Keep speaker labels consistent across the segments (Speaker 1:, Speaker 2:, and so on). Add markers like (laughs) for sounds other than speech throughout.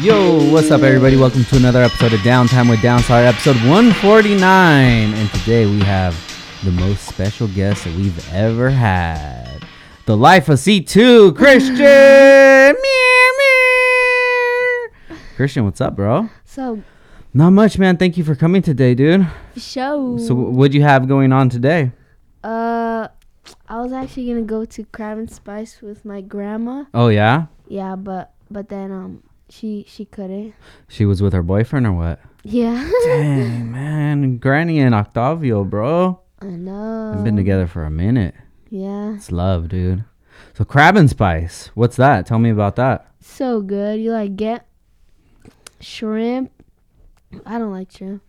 Speaker 1: Yo, what's up, everybody? Welcome to another episode of Downtime with Downstar, episode 149. And today we have the most special guest that we've ever had the life of C2, Christian. Meow, meow. Christian, what's up, bro?
Speaker 2: So
Speaker 1: Not much, man. Thank you for coming today, dude.
Speaker 2: show.
Speaker 1: So, what'd you have going on today?
Speaker 2: uh, I was actually gonna go to Crab and Spice with my grandma.
Speaker 1: Oh, yeah?
Speaker 2: Yeah, but but then um she she couldn't. (laughs)
Speaker 1: She was with her boyfriend or what?
Speaker 2: Yeah.
Speaker 1: Dang, man. Granny and Octavio, bro.
Speaker 2: I know.
Speaker 1: I've been together for a minute.
Speaker 2: Yeah.
Speaker 1: It's love, dude. So crab and spice. What's that? Tell me about that.
Speaker 2: So good. You like get shrimp. I don't like shrimp,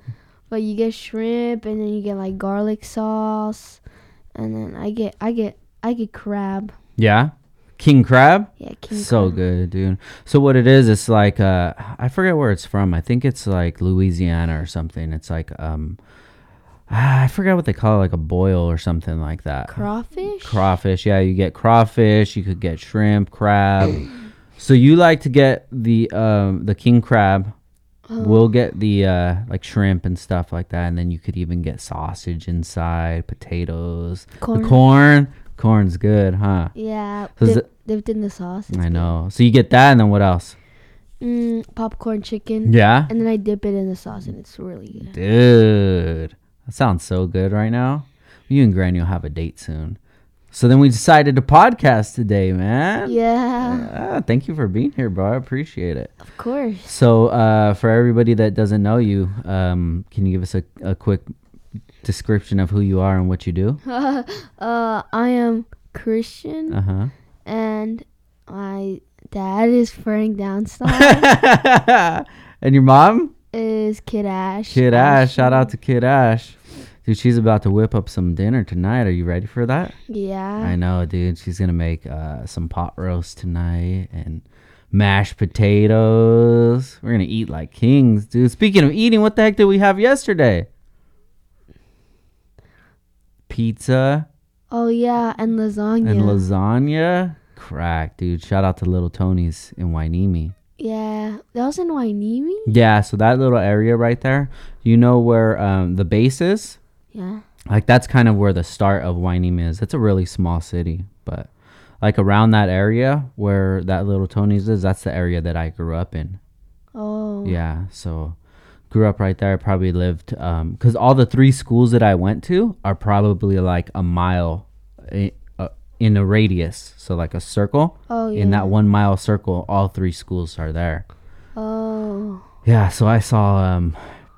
Speaker 2: but you get shrimp and then you get like garlic sauce, and then I get I get I get crab.
Speaker 1: Yeah. King crab?
Speaker 2: Yeah. King
Speaker 1: so good, dude. So what it is, it's like uh I forget where it's from. I think it's like Louisiana or something. It's like um ah, I forgot what they call it, like a boil or something like that.
Speaker 2: crawfish.
Speaker 1: crawfish. Yeah, you get crawfish. You could get shrimp, crab. so you like to get the um, the king crab.
Speaker 2: Oh,
Speaker 1: we'll get the uh, like shrimp and stuff like that, and then you could even get sausage inside, potatoes,
Speaker 2: Corn.
Speaker 1: The corn. Corn's good, huh?
Speaker 2: yeah.
Speaker 1: So is
Speaker 2: Dip, dipped in the sauce. It's
Speaker 1: I
Speaker 2: good.
Speaker 1: know. So you get that, and then what else?
Speaker 2: Mm, popcorn chicken.
Speaker 1: Yeah,
Speaker 2: And then I dip it in the sauce, and it's really good.
Speaker 1: dude, that sounds so good right now. You and Granny will have a date soon. So then we decided to podcast today, man.
Speaker 2: Yeah,
Speaker 1: Ah, thank you for being here, bro. I appreciate it.
Speaker 2: of course.
Speaker 1: So, uh, for everybody that doesn't know you, um, can you give us a, a quick description of who you are and what you do?
Speaker 2: uh, I am Christian,
Speaker 1: Uh huh.
Speaker 2: and my dad is Frank Downstall,
Speaker 1: (laughs) and your mom,
Speaker 2: is Kid Ash.
Speaker 1: Kid Ash. Shout out to Kid Ash, dude. She's about to whip up some dinner tonight. Are you ready for that? I
Speaker 2: Yeah.
Speaker 1: know, dude. She's gonna make uh, some pot roast tonight and mashed potatoes. We're gonna eat like kings, dude. Speaking of eating, what the heck did we have yesterday? Pizza
Speaker 2: Oh yeah, and lasagna.
Speaker 1: and lasagna. Crack, dude. Shout out to Little Tony's in Wainimi.
Speaker 2: yeah, that was in Wainimi.
Speaker 1: Yeah, so that little area right there, you know where um, the base is?
Speaker 2: Yeah.
Speaker 1: like that's kind of where the start of Wainimi is. It's a really small city, but like around that area where that little Tony's is, that's the area that I grew up in.
Speaker 2: Oh.
Speaker 1: Yeah, so grew up right there. Probably lived um, cuz all the three schools that I went to are probably like a mile in, uh, in a radius, so like a circle.
Speaker 2: Oh yeah.
Speaker 1: In that 1 mile circle, all three schools are there.
Speaker 2: oh.
Speaker 1: Yeah, so I saw um,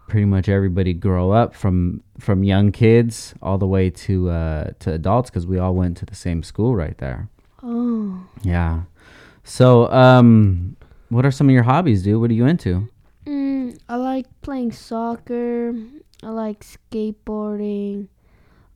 Speaker 1: pretty much everybody grow up from from young kids all the way to uh, to adults because we all went to the same school right there.
Speaker 2: Oh.
Speaker 1: Yeah. So, um, what are some of your hobbies, dude? What are you into?
Speaker 2: Mm, I like playing soccer. I like skateboarding.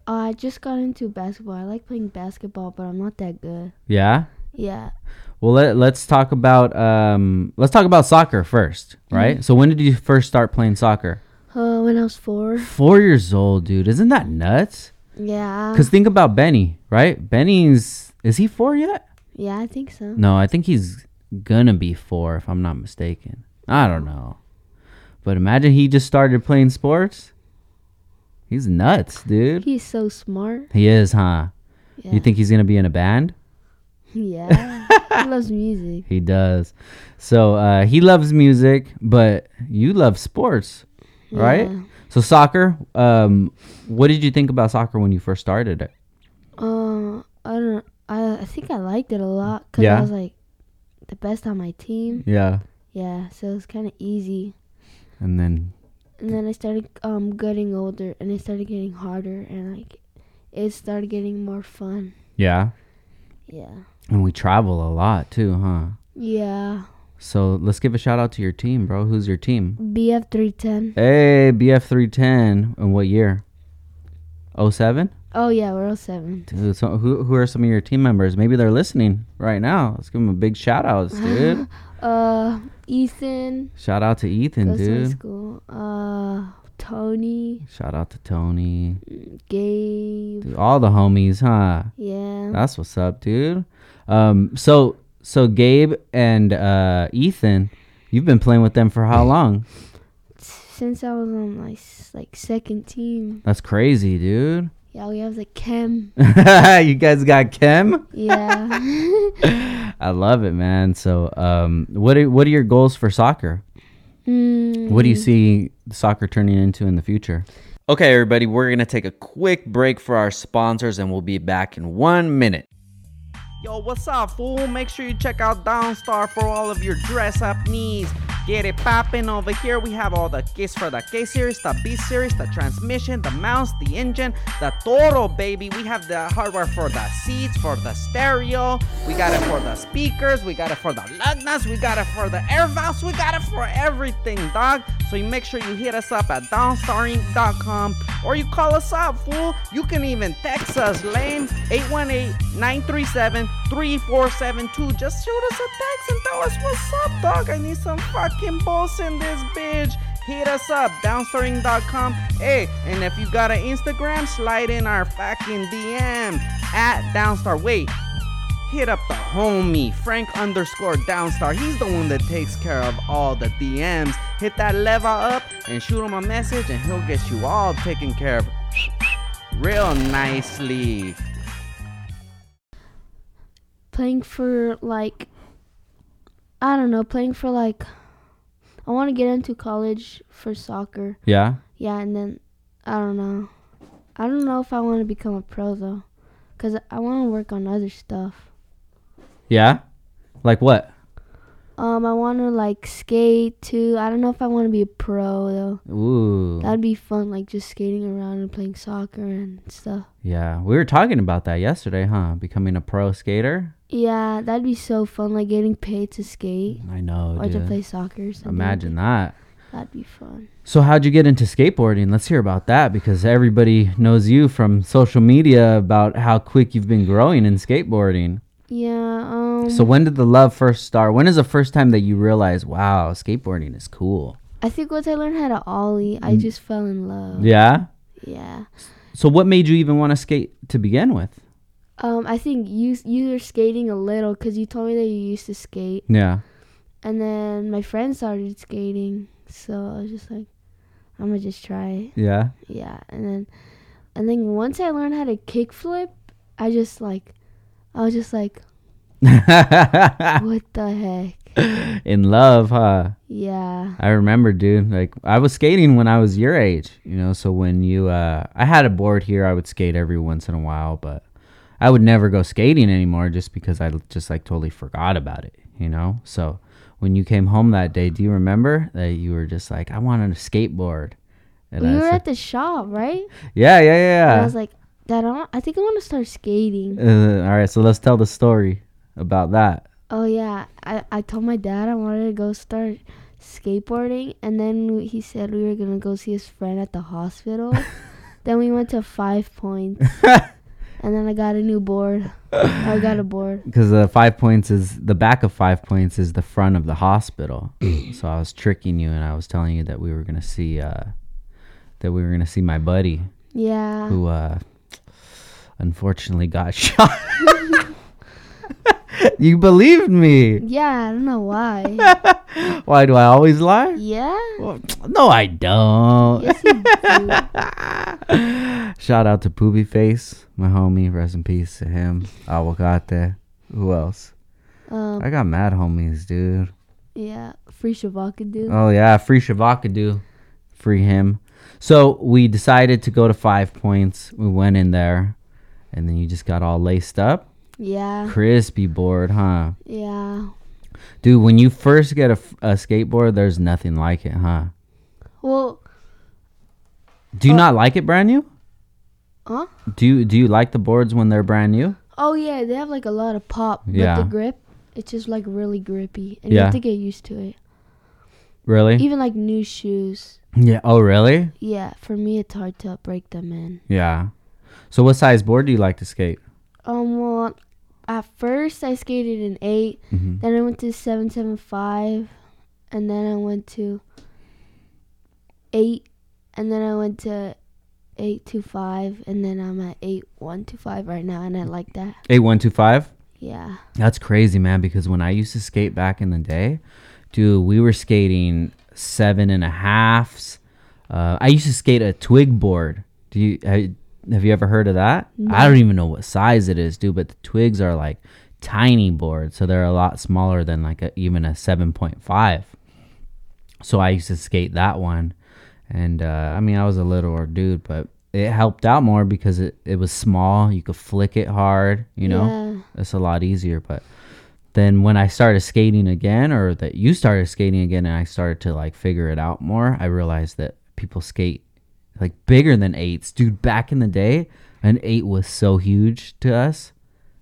Speaker 2: I just got into basketball. I like playing basketball, but I'm not that good.
Speaker 1: Yeah.
Speaker 2: Yeah.
Speaker 1: Well, let, let's talk about um, let's talk about soccer first, right? So, when did you first start playing soccer?
Speaker 2: Uh, when I was four.
Speaker 1: Four years old, dude. Isn't that nuts?
Speaker 2: Yeah.
Speaker 1: Because think about Benny, right? Benny's is he four yet?
Speaker 2: Yeah, I think so.
Speaker 1: No, I think he's gonna be four if I'm not mistaken. I don't know. But imagine he just started playing sports. He's nuts, dude.
Speaker 2: He's so smart.
Speaker 1: He is, huh?
Speaker 2: Yeah.
Speaker 1: You think he's gonna be in a band?
Speaker 2: yeah.
Speaker 1: (laughs)
Speaker 2: he loves music.
Speaker 1: He does. So uh, he loves music, but you love sports, right?
Speaker 2: Yeah.
Speaker 1: So soccer. Um, what did you think about soccer when you first started it?
Speaker 2: Uh, I don't. I I think I liked it a lot because
Speaker 1: Yeah.
Speaker 2: I was like the best on my team.
Speaker 1: Yeah.
Speaker 2: Yeah. So it was kind of easy.
Speaker 1: And then
Speaker 2: and then I started um getting older, and it started getting harder, and like it started getting more fun.
Speaker 1: yeah,
Speaker 2: Yeah.
Speaker 1: and we travel a lot too, huh?
Speaker 2: Yeah.
Speaker 1: So let's give a shout out to your team, bro. Who's your team?
Speaker 2: BF three ten.
Speaker 1: Hey, BF three ten. In what year? 07?
Speaker 2: Oh yeah, we're all seven.
Speaker 1: Dude, so who who are some of your team members? Maybe they're listening right now. Let's give them a big shout out, dude.
Speaker 2: Uh, Ethan
Speaker 1: shout out to Ethan,
Speaker 2: goes to high
Speaker 1: dude.
Speaker 2: school. Uh, Tony,
Speaker 1: Shout out to Tony.
Speaker 2: Gabe.
Speaker 1: Dude, all the homies, huh?
Speaker 2: Yeah.
Speaker 1: That's what's up, dude. Um, so so Gabe and uh, Ethan, You've been playing with them for how long?
Speaker 2: Since I was on my s- like second team,
Speaker 1: That's crazy, dude. (laughs)
Speaker 2: yeah, we have the chem.
Speaker 1: you guys got chem?
Speaker 2: Yeah, (laughs)
Speaker 1: I love it, man. So, um, what are what are your goals for soccer?
Speaker 2: mm,
Speaker 1: What do you see soccer turning into in the future? Okay, everybody, we're going to take a quick break for our sponsors and we'll be back in one minute. Yo, what's up, fool? Make sure you check out Downstar for all of your dress up needs. Get it poppin' over here. We have all the kits for the K series, the B series, the transmission, the mounts, the engine, the Toro, baby. We have the hardware for the seats, for the stereo. We got it for the speakers. We got it for the lug nuts. We got it for the air valves. We got it for everything, dog. So you make sure you hit us up at downstarring.com or you call us up, fool. You can even text us, lame, 818-937-3472. Just shoot us a text and tell us what's up, dog. I need some fucking balls in this bitch. Hit us up, downstarring.com. Hey, and if you got an Instagram, slide in our fucking DM at downstar. Wait, hit up the homie Frank underscore Downstar. He's the one that takes care of all the DMs. Hit that lever up and shoot him a message, and he'll get you all taken care of real nicely.
Speaker 2: playing for like I don't know, playing for like I want to get into college for soccer.
Speaker 1: Yeah.
Speaker 2: Yeah, and then I don't know. I don't know if I want to become a pro though, cause I want to work on other stuff.
Speaker 1: Yeah. Like what?
Speaker 2: Um, I want to like skate too. I don't know if I want to be a pro though.
Speaker 1: Ooh.
Speaker 2: That'd be fun, like just skating around and playing soccer and stuff.
Speaker 1: Yeah. We were talking about that yesterday, huh? Becoming a pro skater.
Speaker 2: Yeah, that'd be so fun, like getting paid to skate
Speaker 1: I know,
Speaker 2: or to play soccer. Or something.
Speaker 1: Imagine that.
Speaker 2: that'd be fun.
Speaker 1: So how'd you get into skateboarding? Let's hear about that because everybody knows you from social media about how quick you've been growing in skateboarding.
Speaker 2: Yeah. Um.
Speaker 1: So when did the love first start? When is the first time that you realized, wow, skateboarding is cool?
Speaker 2: I think once I learned how to ollie, I just fell in love.
Speaker 1: Mm. Yeah.
Speaker 2: Yeah.
Speaker 1: So what made you even want to skate to begin with?
Speaker 2: Um, I think you you were skating a little because you told me that you used to skate,
Speaker 1: Yeah.
Speaker 2: and then my friend started skating, so I was just like, I'm gonna just try it.
Speaker 1: Yeah. (laughs)
Speaker 2: Yeah, and then and then once I learned how to kickflip, I just like, I was just like,
Speaker 1: Ah.
Speaker 2: what the heck?
Speaker 1: In love, huh?
Speaker 2: Yeah,
Speaker 1: I remember, dude. Like I was skating when I was your age, you know. So when you, uh, I had a board here. I would skate every once in a while, but I would never go skating anymore just because I just like totally forgot about it, you know. So when you came home that day, do you remember that you were just like, I wanted a skateboard? And
Speaker 2: we
Speaker 1: I
Speaker 2: were
Speaker 1: said- Ah.
Speaker 2: at the shop, right?
Speaker 1: yeah, yeah,
Speaker 2: And I
Speaker 1: yeah.
Speaker 2: was like, Dad, I, want, I think I want to start skating.
Speaker 1: Uh, all right, so let's tell the story about that. (laughs)
Speaker 2: Oh yeah, I I told my dad I wanted to go start skateboarding, and then he said we were gonna go see his friend at the hospital. then we went to Five Points, and then I got a new board. I got a board.
Speaker 1: because the five points is the back of five points is the front of the hospital. so I was tricking you, and I was telling you that we were gonna see uh, that we were gonna see my buddy
Speaker 2: Yeah,
Speaker 1: who uh, unfortunately got (laughs) shot. you believed me.
Speaker 2: yeah. I don't know why.
Speaker 1: Why do I always lie?
Speaker 2: yeah.
Speaker 1: Well, no, I don't.
Speaker 2: Yes, you do.
Speaker 1: Shout out to Poopy Face, my homie. Rest in peace to him. Aguacate. Who else?
Speaker 2: Um,
Speaker 1: I got mad homies, dude.
Speaker 2: yeah. Free Shavaka dude.
Speaker 1: Oh yeah, free Shavakadu, free him. So we decided to go to Five Points. We went in there, and then you just got all laced up,
Speaker 2: Yeah,
Speaker 1: crispy board, huh,
Speaker 2: yeah.
Speaker 1: dude? When you first get a, f- a skateboard, there's nothing like it, huh?
Speaker 2: Well,
Speaker 1: Do you not like it brand new?
Speaker 2: huh?
Speaker 1: Do you do you like the boards when they're brand new?
Speaker 2: Oh yeah, they have like a lot of pop, but
Speaker 1: Yeah.
Speaker 2: the grip, it's just like really grippy, and you
Speaker 1: Yeah.
Speaker 2: have to get used to it.
Speaker 1: Really?
Speaker 2: Even like new shoes.
Speaker 1: Yeah. Oh, really?
Speaker 2: Yeah, for me it's hard to break them in.
Speaker 1: Yeah. So what size board do you like to skate?
Speaker 2: Um well at first I skated an 8
Speaker 1: Mhm.
Speaker 2: then I went to seven seven five and then I went to eight and then I went to eight two five and then I'm at eight one two five right now and I like that.
Speaker 1: Eight one two five.
Speaker 2: Yeah.
Speaker 1: That's crazy, man, because when I used to skate back in the day, dude, we were skating seven and a halfs. Uh, I used to skate a twig board. Do you ha- have you ever heard of that? I don't even know what size it is, dude. But the twigs are like tiny boards, so they're a lot smaller than like a, even a seven point five. So I used to skate that one, and uh, I mean I was a littler dude, but it helped out more because it, it was small. You could flick it hard, you know
Speaker 2: Yeah.
Speaker 1: it's a lot easier but then when i started skating again or that you started skating again and i started to like figure it out more i realized that people skate like bigger than eights dude back in the day an eight was so huge to us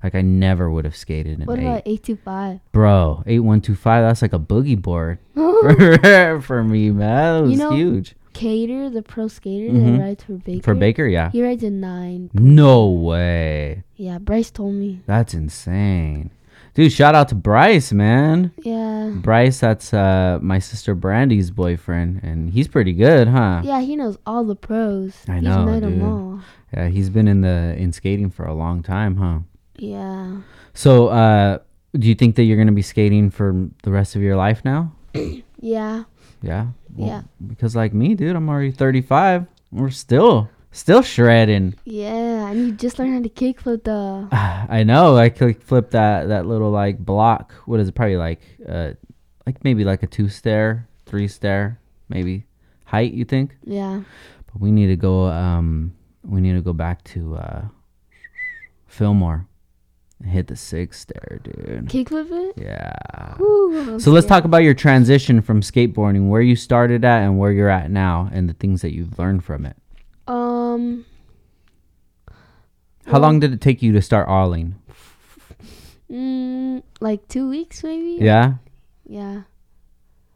Speaker 1: like i never would have skated an
Speaker 2: What
Speaker 1: eight
Speaker 2: about eight two five?
Speaker 1: bro 8125 that's like a boogie board (laughs) for, for me man it was
Speaker 2: know-
Speaker 1: huge
Speaker 2: (laughs) Cater, the pro skater
Speaker 1: Mhm.
Speaker 2: that rides for Baker.
Speaker 1: for baker yeah
Speaker 2: He rides a nine.
Speaker 1: no way
Speaker 2: Yeah, Bryce told me.
Speaker 1: that's insane dude shout out to bryce man
Speaker 2: Yeah.
Speaker 1: Bryce, that's uh, my sister Brandy's boyfriend, and he's pretty good, huh?
Speaker 2: Yeah, he knows all the pros.
Speaker 1: I
Speaker 2: He's
Speaker 1: know,
Speaker 2: met
Speaker 1: dude.
Speaker 2: them all.
Speaker 1: Yeah, he's been in the in skating for a long time, huh?
Speaker 2: Yeah.
Speaker 1: So, uh, do you think that you're gonna be skating for the rest of your life now?
Speaker 2: Yeah.
Speaker 1: Yeah.
Speaker 2: Yeah.
Speaker 1: Because like me, dude, I'm already 35. We're still still shredding. (sighs)
Speaker 2: Yeah. And you just learned how to kickflip the
Speaker 1: I know. I could flip that that little like block. What is it? Probably like uh, like maybe like a two stair, three stair, maybe height. You think?
Speaker 2: Yeah.
Speaker 1: But we need to go. Um, we need to go back to uh, Fillmore and hit the six there, dude.
Speaker 2: Kickflip it?
Speaker 1: Yeah.
Speaker 2: Woo,
Speaker 1: So let's
Speaker 2: okay.
Speaker 1: talk about your transition from skateboarding, where you started at and where you're at now, and the things that you've learned from it.
Speaker 2: Um
Speaker 1: How long did it take you to start olling?
Speaker 2: mm, like two weeks maybe?
Speaker 1: Yeah.
Speaker 2: Yeah.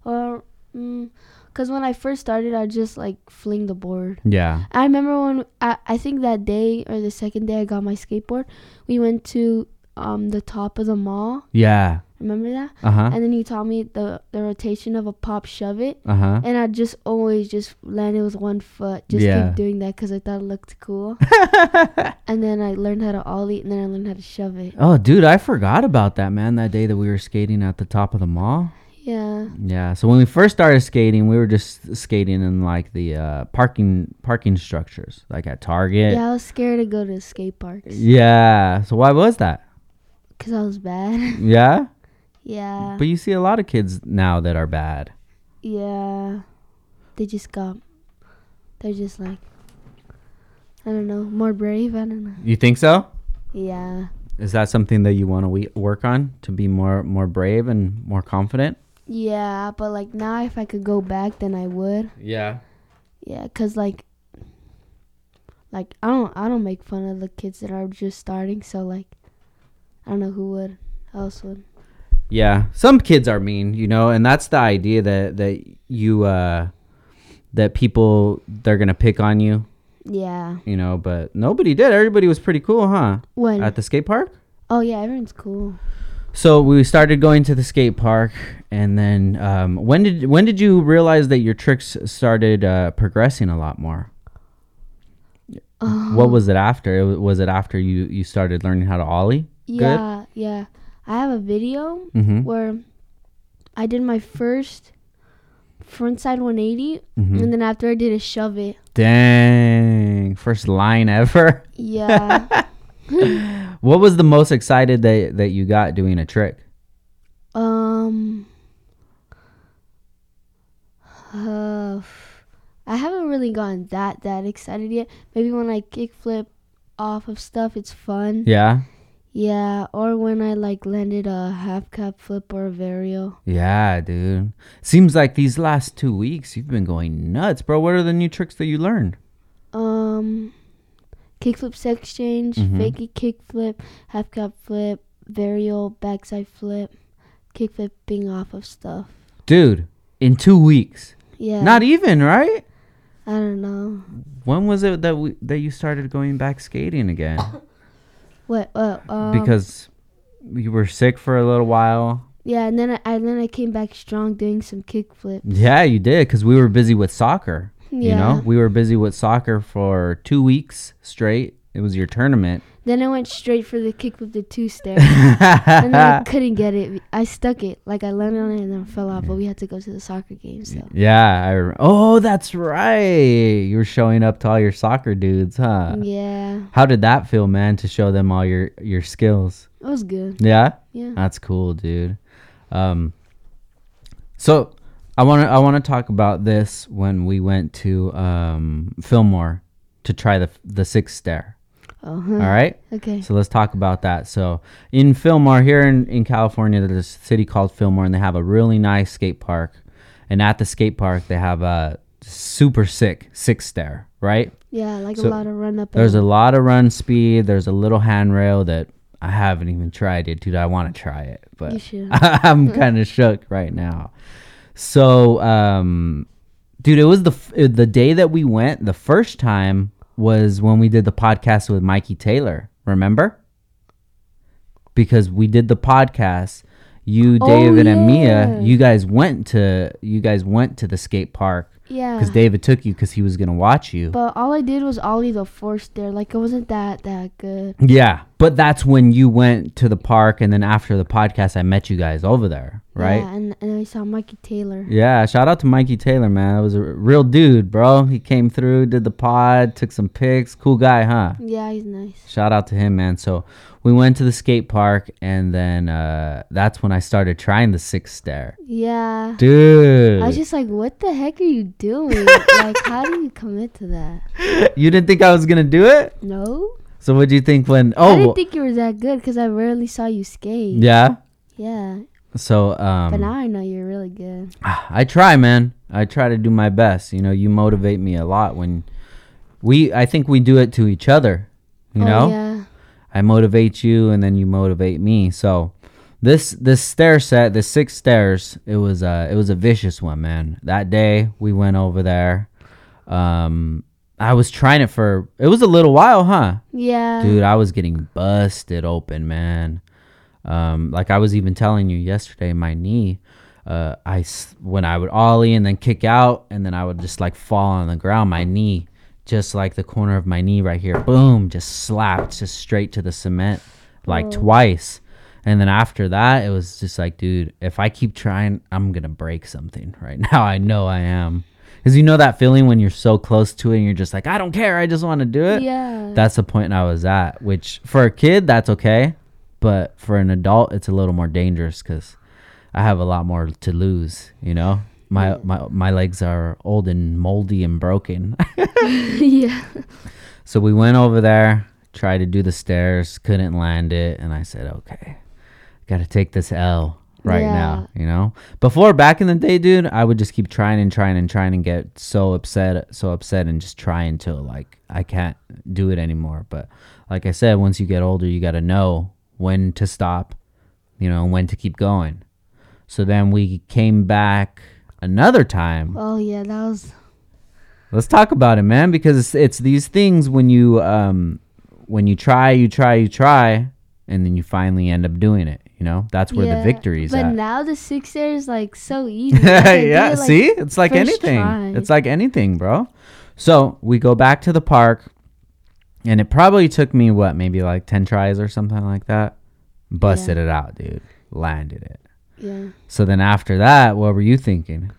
Speaker 2: Or mm, cause when I first started I just like fling the board.
Speaker 1: Yeah.
Speaker 2: I remember when I, I think that day or the second day I got my skateboard, we went to um the top of the mall.
Speaker 1: Yeah.
Speaker 2: Remember that?
Speaker 1: Uh huh.
Speaker 2: And then you taught me the the rotation of a pop shove it,
Speaker 1: Uh huh.
Speaker 2: and I just always just landed with one foot. Just
Speaker 1: Yeah.
Speaker 2: keep doing that because I thought it
Speaker 1: (laughs)
Speaker 2: looked cool. and then I learned how to ollie, and then I learned how to shove it.
Speaker 1: Oh, dude, I forgot about that, man. That day that we were skating at the top of the mall.
Speaker 2: Yeah,
Speaker 1: Yeah. So when we first started skating, we were just skating in like the uh, parking parking structures, like at Target.
Speaker 2: yeah. I was scared to go to skate parks
Speaker 1: Yeah. So why was that?
Speaker 2: because I was bad. (laughs)
Speaker 1: Yeah.
Speaker 2: yeah,
Speaker 1: But you see a lot of kids now that are bad.
Speaker 2: yeah. They just got. They're just like. I don't know, more brave. I don't know.
Speaker 1: You think so?
Speaker 2: Yeah,
Speaker 1: Is that something that you want to we- work on to be more more brave and more confident?
Speaker 2: yeah. But like now, if I could go back, then I would.
Speaker 1: Yeah.
Speaker 2: Yeah, cause like, like I don't I don't make fun of the kids that are just starting. So like, I don't know who would else would.
Speaker 1: Yeah. Some kids are mean, you know, and that's the idea that that you uh that people they're going to pick on you,
Speaker 2: Yeah.
Speaker 1: you know, but nobody did. Everybody was pretty cool, huh?
Speaker 2: When?
Speaker 1: At the skate park?
Speaker 2: oh yeah, everyone's cool.
Speaker 1: So we started going to the skate park, and then um, when did when did you realize that your tricks started uh, progressing a lot more?
Speaker 2: Uh,
Speaker 1: What was it after? It wa- Was it after you you started learning how to ollie?
Speaker 2: yeah, yeah. I have a video
Speaker 1: Mm-hmm.
Speaker 2: where I did my first frontside 180,
Speaker 1: Mhm.
Speaker 2: and then after I did a shove it.
Speaker 1: Dang, first line (laughs) ever.
Speaker 2: Yeah.
Speaker 1: What was the most excited that that you got doing a trick?
Speaker 2: Um. Uh, f- I haven't really gotten that that excited yet. Maybe when I kickflip off of stuff, it's fun.
Speaker 1: Yeah,
Speaker 2: Yeah, or when I like landed a half cap flip or a vario.
Speaker 1: yeah, dude. Seems like these last two weeks you've been going nuts, bro. What are the new tricks that you learned?
Speaker 2: Um, kickflip sex exchange,
Speaker 1: Mhm.
Speaker 2: fakey kickflip, half cap flip, vario, backside flip, kickflipping off of stuff.
Speaker 1: Dude, in two weeks,
Speaker 2: Yeah,
Speaker 1: not even right.
Speaker 2: I don't know.
Speaker 1: When was it that we that you started going back skating
Speaker 2: (coughs)
Speaker 1: again?
Speaker 2: Um, What? What? Um,
Speaker 1: because you were sick for a little while.
Speaker 2: Yeah, and then I, I then I came back strong doing some kickflip.
Speaker 1: Yeah, you did because we were busy with soccer.
Speaker 2: Yeah.
Speaker 1: You know, we were busy with soccer for two weeks straight, it was your tournament.
Speaker 2: Then I went straight for the kick with the two stare. (laughs) and then
Speaker 1: (laughs)
Speaker 2: I couldn't get it. I stuck it. Like I landed on it and then fell off, but we had to go to the soccer game, so
Speaker 1: yeah, I rem Oh, that's right. You were showing up to all your soccer dudes, huh?
Speaker 2: yeah.
Speaker 1: How did that feel, man, to show them all your your skills?
Speaker 2: It was good.
Speaker 1: Yeah?
Speaker 2: Yeah.
Speaker 1: That's cool, dude. Um, so I want to I want to talk about this when we went to um, Fillmore to try the the sixth stair.
Speaker 2: Uh-huh.
Speaker 1: All right,
Speaker 2: Okay.
Speaker 1: so let's talk about that. So in Fillmore, here in in California, there's a city called Fillmore, and they have a really nice skate park. And at the skate park, they have a super sick sixth stair. Right?
Speaker 2: Yeah, like
Speaker 1: So
Speaker 2: a lot of run up.
Speaker 1: There's
Speaker 2: and
Speaker 1: a lot of run speed. There's a little handrail that I haven't even tried it, dude. I want to try it, but
Speaker 2: you should.
Speaker 1: (laughs) I'm
Speaker 2: Mm-hmm.
Speaker 1: kind of shook right now. So, um, dude, it was the f- uh, the day that we went. The first time was when we did the podcast with Mikey Taylor. Remember? Because we did the podcast. You,
Speaker 2: Oh,
Speaker 1: David, and
Speaker 2: yeah.
Speaker 1: Mia, you guys went to you guys went to the skate park
Speaker 2: Yeah.
Speaker 1: because David took you because he was gonna watch you.
Speaker 2: But all I did was ollie the force there. Like it wasn't that that good.
Speaker 1: yeah, but that's when you went to the park, and then after the podcast, I met you guys over there, right?
Speaker 2: Yeah, and and I saw Mikey Taylor.
Speaker 1: Yeah, shout out to Mikey Taylor, man. That was a r- real dude, bro. He came through, did the pod, took some pics. Cool guy, huh?
Speaker 2: Yeah, he's nice.
Speaker 1: Shout out to him, man. So we went to the skate park, and then uh, that's when I started trying the six stair,
Speaker 2: Yeah.
Speaker 1: dude.
Speaker 2: I was just like, what the heck are you
Speaker 1: (laughs)
Speaker 2: doing? like, how do you commit to that?
Speaker 1: you didn't think I was gonna do it,
Speaker 2: No,
Speaker 1: so what do you think when?
Speaker 2: I
Speaker 1: Oh,
Speaker 2: didn't think you were that good because I rarely saw you skate.
Speaker 1: yeah.
Speaker 2: Yeah,
Speaker 1: So
Speaker 2: but
Speaker 1: um,
Speaker 2: now I know you're really good.
Speaker 1: (sighs) I try, man. I try to do my best. You know, you motivate me a lot when we. I think we do it to each other. You
Speaker 2: oh,
Speaker 1: know.
Speaker 2: Yeah.
Speaker 1: I motivate you and then you motivate me. So this this stair set, the six stairs, it was uh it was a vicious one, man. That day we went over there. Um I was trying it for it was a little while, huh?
Speaker 2: Yeah.
Speaker 1: Dude, I was getting busted open, man. Um like I was even telling you yesterday my knee uh I s- when I would ollie and then kick out and then I would just like fall on the ground, my knee just like the corner of my knee right here, boom, just slapped just straight to the cement like twice. And then after that, it was just like, dude, if I keep trying, I'm going to break something (laughs) right now. I know I am. Cuz you know that feeling when you're so close to it and you're just like, I don't care, I just want to do it
Speaker 2: Yeah.
Speaker 1: that's the point I was at. Which for a kid, that's okay, but for an adult, it's a little more dangerous because I have a lot more to lose. You know, my my my legs are old and moldy and broken.
Speaker 2: (laughs)
Speaker 1: (laughs)
Speaker 2: yeah.
Speaker 1: so we went over there, tried to do the stairs, couldn't land it, and I said, okay, got to take this L right
Speaker 2: Yeah.
Speaker 1: now. You know, before back in the day, dude, I would just keep trying and trying and trying and get so upset, so upset, and just try until like I can't do it anymore. But like I said, once you get older, you got to know when to stop, you know, and when to keep going. So then we came back another time.
Speaker 2: Oh yeah, that was.
Speaker 1: Let's talk about it, man, because it's, it's these things when you um when you try, you try, you try, and then you finally end up doing it. You know, that's where
Speaker 2: yeah.
Speaker 1: the victory is (laughs)
Speaker 2: But
Speaker 1: at.
Speaker 2: now the six there is like
Speaker 1: (laughs)
Speaker 2: so easy. Like, I did
Speaker 1: yeah,
Speaker 2: it, like-
Speaker 1: see, it's like
Speaker 2: first
Speaker 1: anything.
Speaker 2: try.
Speaker 1: It's like anything, bro. So we go back to the park, and it probably took me what maybe like ten tries or something like that. Busted it out, dude. Landed it.
Speaker 2: Yeah.
Speaker 1: So then after that, what were you thinking?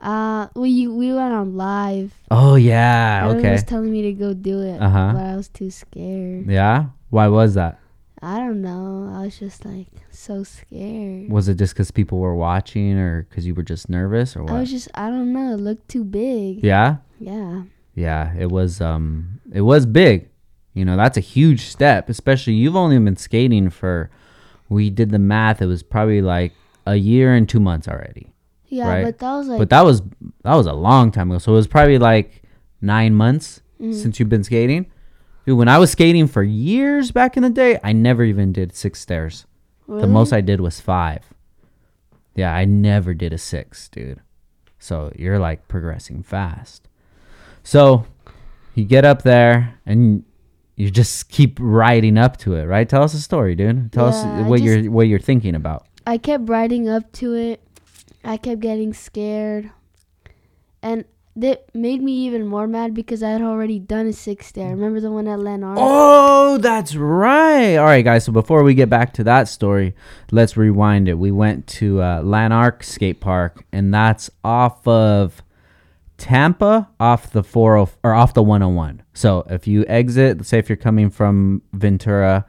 Speaker 2: Uh, well, you, we went on live.
Speaker 1: Oh yeah,
Speaker 2: Everyone
Speaker 1: okay,
Speaker 2: was telling me to go do it,
Speaker 1: Uh-huh.
Speaker 2: but I was too scared.
Speaker 1: yeah. Why was that?
Speaker 2: I don't know. I was just like so scared.
Speaker 1: Was it just because people were watching, or because you were just nervous, or
Speaker 2: I
Speaker 1: what?
Speaker 2: was just I don't know. It looked too big.
Speaker 1: Yeah,
Speaker 2: Yeah.
Speaker 1: yeah. It was um, it was big. You know, that's a huge step, especially you've only been skating for. We did the math. It was probably like a year and two months already.
Speaker 2: Yeah,
Speaker 1: Right.
Speaker 2: but that was like
Speaker 1: But that was that was a long time ago. So it was probably like nine months
Speaker 2: Mm-hmm.
Speaker 1: since you've been skating. Dude, when I was skating for years back in the day, I never even did six stairs. The
Speaker 2: really?
Speaker 1: most I did was five. Yeah, I never did a six, dude. So you're like progressing fast. So you get up there and you just keep riding up to it, right? Tell us a story, dude. Tell
Speaker 2: Yeah, I
Speaker 1: us what you're what you're thinking about.
Speaker 2: I kept riding up to it. I kept getting scared. And that made me even more mad because I had already done a six day. I remember the one at Lenard.
Speaker 1: Oh, that's right. All right, guys. So before we get back to that story, let's rewind it. We went to uh, Lanark Skate Park, and that's off of Tampa, off the 40 or off the 101. So if you exit, let's say if you're coming from Ventura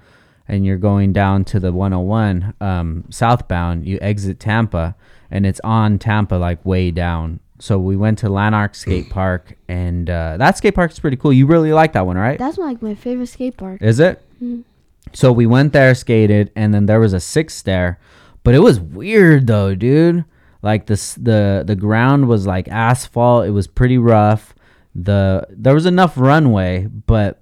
Speaker 1: and you're going down to the 101 um, southbound, you exit Tampa, and it's on Tampa, like way down. So we went to Lanark Skate Park, and uh, that skate park's pretty cool. You really like that one, right?
Speaker 2: That's like my favorite skate park.
Speaker 1: Is it?
Speaker 2: Mm-hmm.
Speaker 1: So we went there, skated, and then there was a sixth there, but it was weird though, dude. Like this, the the ground was like asphalt. It was pretty rough. The there was enough runway, but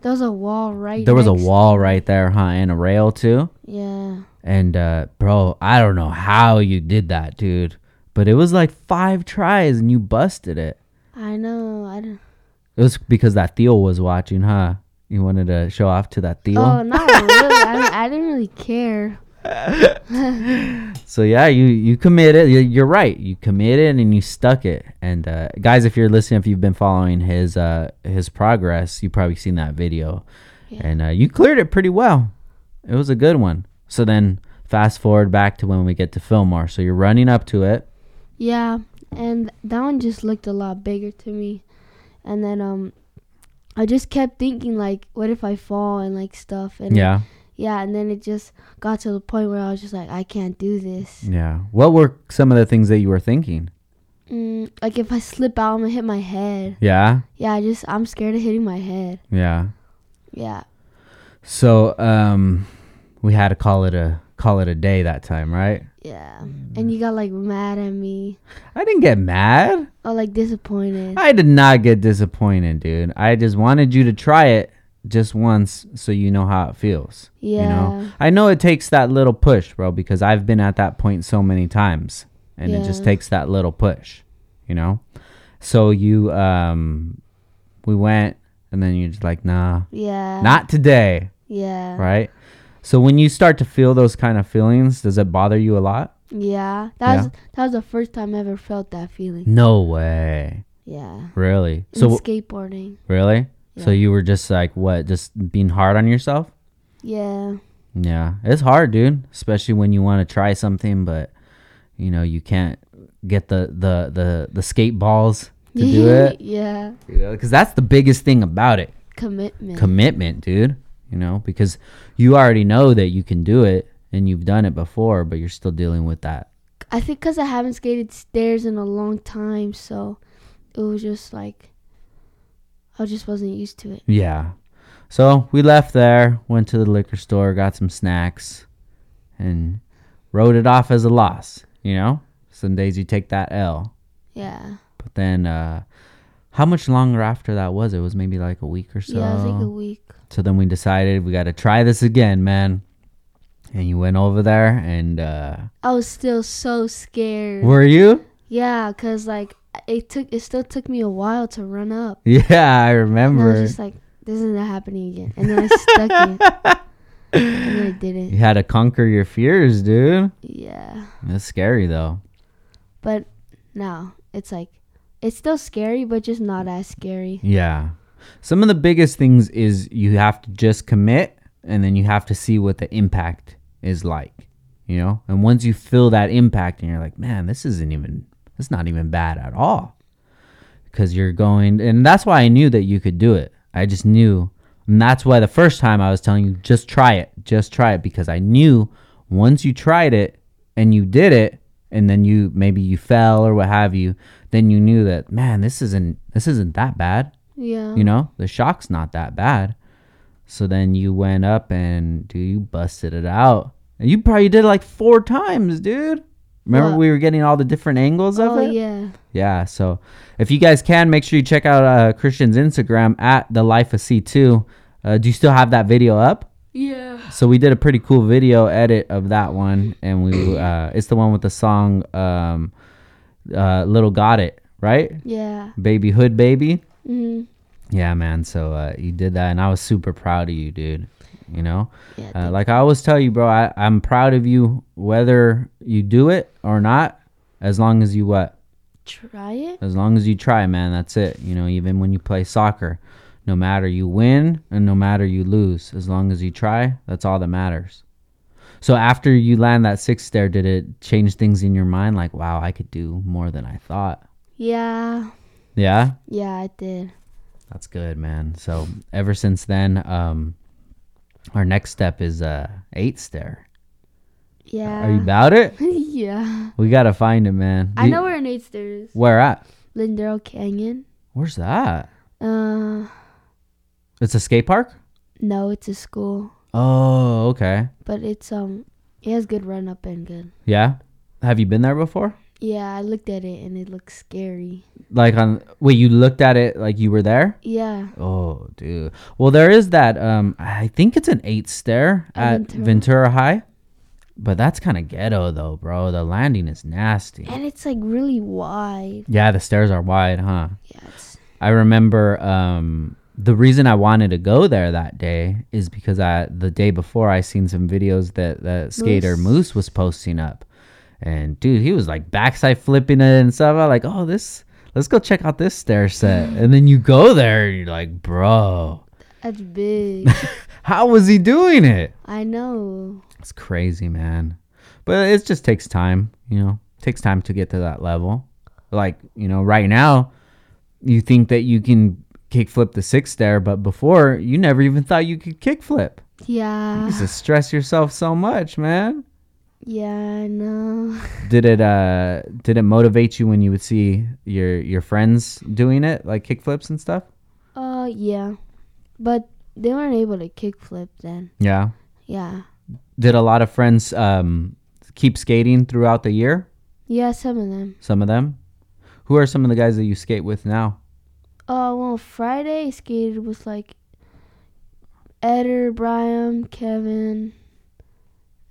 Speaker 2: There was a wall right.
Speaker 1: there was a
Speaker 2: next-
Speaker 1: wall right there, huh, and a rail too.
Speaker 2: Yeah.
Speaker 1: And uh, bro, I don't know how you did that, dude. But it was like five tries and you busted it.
Speaker 2: I know. I don't.
Speaker 1: It was because that Theo was watching, huh? You wanted to show off to that Theo.
Speaker 2: Oh, not really. I, don't- I didn't really care.
Speaker 1: So yeah, you you committed. You- You're right. You committed and you stuck it. And uh, guys, if you're listening, if you've been following his uh, his progress, you've probably seen that video. And uh, you cleared it pretty well. It was a good one. So then fast forward back to when we get to Fillmore. So you're running up to it.
Speaker 2: Yeah, and that one just looked a lot bigger to me. And then um, I just kept thinking like, what if I fall and like stuff. And
Speaker 1: Yeah,
Speaker 2: yeah, and then it just got to the point where I was just like, I can't do this.
Speaker 1: yeah. What were some of the things that you were thinking?
Speaker 2: Mm, like if I slip out, I'm gonna hit my head.
Speaker 1: Yeah,
Speaker 2: Yeah, I just I'm scared of hitting my head.
Speaker 1: yeah.
Speaker 2: Yeah,
Speaker 1: So um, we had to call it a call it a day that time, right?
Speaker 2: yeah. And you got like mad at me
Speaker 1: I didn't get mad.
Speaker 2: or like disappointed.
Speaker 1: I did not get disappointed, dude. I just wanted you to try it just once so you know how it feels.
Speaker 2: Yeah.
Speaker 1: You know? I know it takes that little push, bro, because I've been at that point so many times and it just
Speaker 2: Yeah.
Speaker 1: takes that little push, you know? So you um we went and then you're just like, "Nah,
Speaker 2: Yeah.
Speaker 1: not today."
Speaker 2: yeah.
Speaker 1: Right? So when you start to feel those kind of feelings, does it bother you a lot?
Speaker 2: Yeah. That was
Speaker 1: Yeah.
Speaker 2: that was the first time I ever felt that feeling.
Speaker 1: No way.
Speaker 2: Yeah.
Speaker 1: Really?
Speaker 2: In
Speaker 1: So
Speaker 2: skateboarding.
Speaker 1: really? So
Speaker 2: Yeah.
Speaker 1: you were just like what? Just being hard on yourself?
Speaker 2: Yeah.
Speaker 1: Yeah, it's hard, dude. Especially when you want to try something, but you know you can't get the the the the skate balls to
Speaker 2: (laughs)
Speaker 1: do it.
Speaker 2: yeah.
Speaker 1: You know, because that's the biggest thing about it,
Speaker 2: Commitment.
Speaker 1: commitment, dude. You know, because you already know that you can do it and you've done it before, but you're still dealing with that.
Speaker 2: I think because I haven't skated stairs in a long time, so it was just like I just wasn't used to it.
Speaker 1: Yeah. So we left there, went to the liquor store, got some snacks, and wrote it off as a loss. You know, some days you take that L.
Speaker 2: Yeah.
Speaker 1: But then, uh, how much longer after that was it? It was maybe like a week or so.
Speaker 2: yeah, it was like a week.
Speaker 1: so then we decided we got to try this again, man. And you went over there, and uh,
Speaker 2: I was still so scared.
Speaker 1: were you? (laughs)
Speaker 2: Yeah, cause like it took it still took me a while to run up.
Speaker 1: Yeah, I
Speaker 2: And I was
Speaker 1: remember.
Speaker 2: just like, this isn't happening again. And then I stuck it. And then I
Speaker 1: (laughs) You
Speaker 2: didn't.
Speaker 1: had to conquer your fears, dude.
Speaker 2: Yeah.
Speaker 1: That's scary, though.
Speaker 2: But now it's like it's still scary, but just not as scary.
Speaker 1: Yeah. Some of the biggest things is you have to just commit, and then you have to see what the impact is like, you know. And once you feel that impact, and you're like, man, this isn't even, it's not even bad at all. because you're going and that's why i knew that you could do it i just knew and that's why the first time i was telling you just try it just try it because i knew once you tried it and you did it and then you maybe you fell or what have you then you knew that man this isn't this isn't that bad
Speaker 2: Yeah.
Speaker 1: you know the shock's not that bad so then you went up and dude you busted it out and you probably did it like four times dude remember
Speaker 2: What?
Speaker 1: we were getting all the different angles of
Speaker 2: oh
Speaker 1: it
Speaker 2: yeah.
Speaker 1: yeah. So if you guys can, make sure you check out uh, Christian's Instagram at the Life of C2. Uh, do you still have that video up?
Speaker 2: Yeah.
Speaker 1: So we did a pretty cool video edit of that one, and we uh, it's the one with the song um, uh, "Little Got It," right?
Speaker 2: Yeah.
Speaker 1: Baby Hood Baby.
Speaker 2: hmm
Speaker 1: Yeah, man. So uh, you did that, and I was super proud of you, dude. You know,
Speaker 2: Yeah.
Speaker 1: uh, like I always tell you, bro. I, I'm proud of you, whether you do it or not, as long as you what
Speaker 2: try it.
Speaker 1: As long as you try, man, that's it. You know, even when you play soccer, no matter you win and no matter you lose, as long as you try, that's all that matters. So after you land that sixth there, did it change things in your mind? Like, wow, I could do more than I thought.
Speaker 2: Yeah,
Speaker 1: Yeah,
Speaker 2: yeah, I did.
Speaker 1: that's good, man. So ever since then, um, our next step is uh eighth stair.
Speaker 2: Yeah. (laughs)
Speaker 1: Are you about it?
Speaker 2: yeah.
Speaker 1: We gotta find it, man.
Speaker 2: Uh. I
Speaker 1: You-
Speaker 2: know where an eighth stair is.
Speaker 1: where at.
Speaker 2: Lindero Canyon.
Speaker 1: Where's that?
Speaker 2: Uh,
Speaker 1: It's a skate park.
Speaker 2: no, it's a school,
Speaker 1: Oh, okay.
Speaker 2: but it's um, it has good run up and good.
Speaker 1: Yeah. Have you been there before?
Speaker 2: Yeah, I looked at it and it looks scary.
Speaker 1: Like on wait, you looked at it like you were there?
Speaker 2: Yeah.
Speaker 1: Oh, dude. Well, there is that um I think it's an eight stair
Speaker 2: At
Speaker 1: at Ventura,
Speaker 2: Oh, Ventura.
Speaker 1: High. But that's kind of ghetto though, bro. The landing is nasty.
Speaker 2: And it's like really wide.
Speaker 1: Yeah, the stairs are wide, huh?
Speaker 2: Yeah. It's,
Speaker 1: I remember um, the reason I wanted to go there that day is because I the day before I seen some videos that the skater
Speaker 2: Moose.
Speaker 1: Moose was posting up, and dude, he was like backside flipping it and stuff. I like, oh, this let's go check out this stair set, and then you go there and you're like, bro,
Speaker 2: that's
Speaker 1: (laughs)
Speaker 2: big.
Speaker 1: how was he doing it?
Speaker 2: I know.
Speaker 1: It's crazy, man. But it just takes time, you know. takes time to get to that level. Like, you know, right now you think that you can kickflip the six there, but before you never even thought you could kickflip. You
Speaker 2: Yeah.
Speaker 1: used to stress yourself so much, man.
Speaker 2: Yeah, I know.
Speaker 1: Did it uh did it motivate you when you would see your your friends doing it, like kickflips and stuff?
Speaker 2: Uh, yeah. But they weren't able to kickflip then.
Speaker 1: Yeah.
Speaker 2: Yeah.
Speaker 1: Did a lot of friends um keep skating throughout the year?
Speaker 2: Yeah, some of them.
Speaker 1: Some of them? Who are some of the guys that you skate with now?
Speaker 2: Uh, well, Friday I skated with like Eder, Brian, Kevin,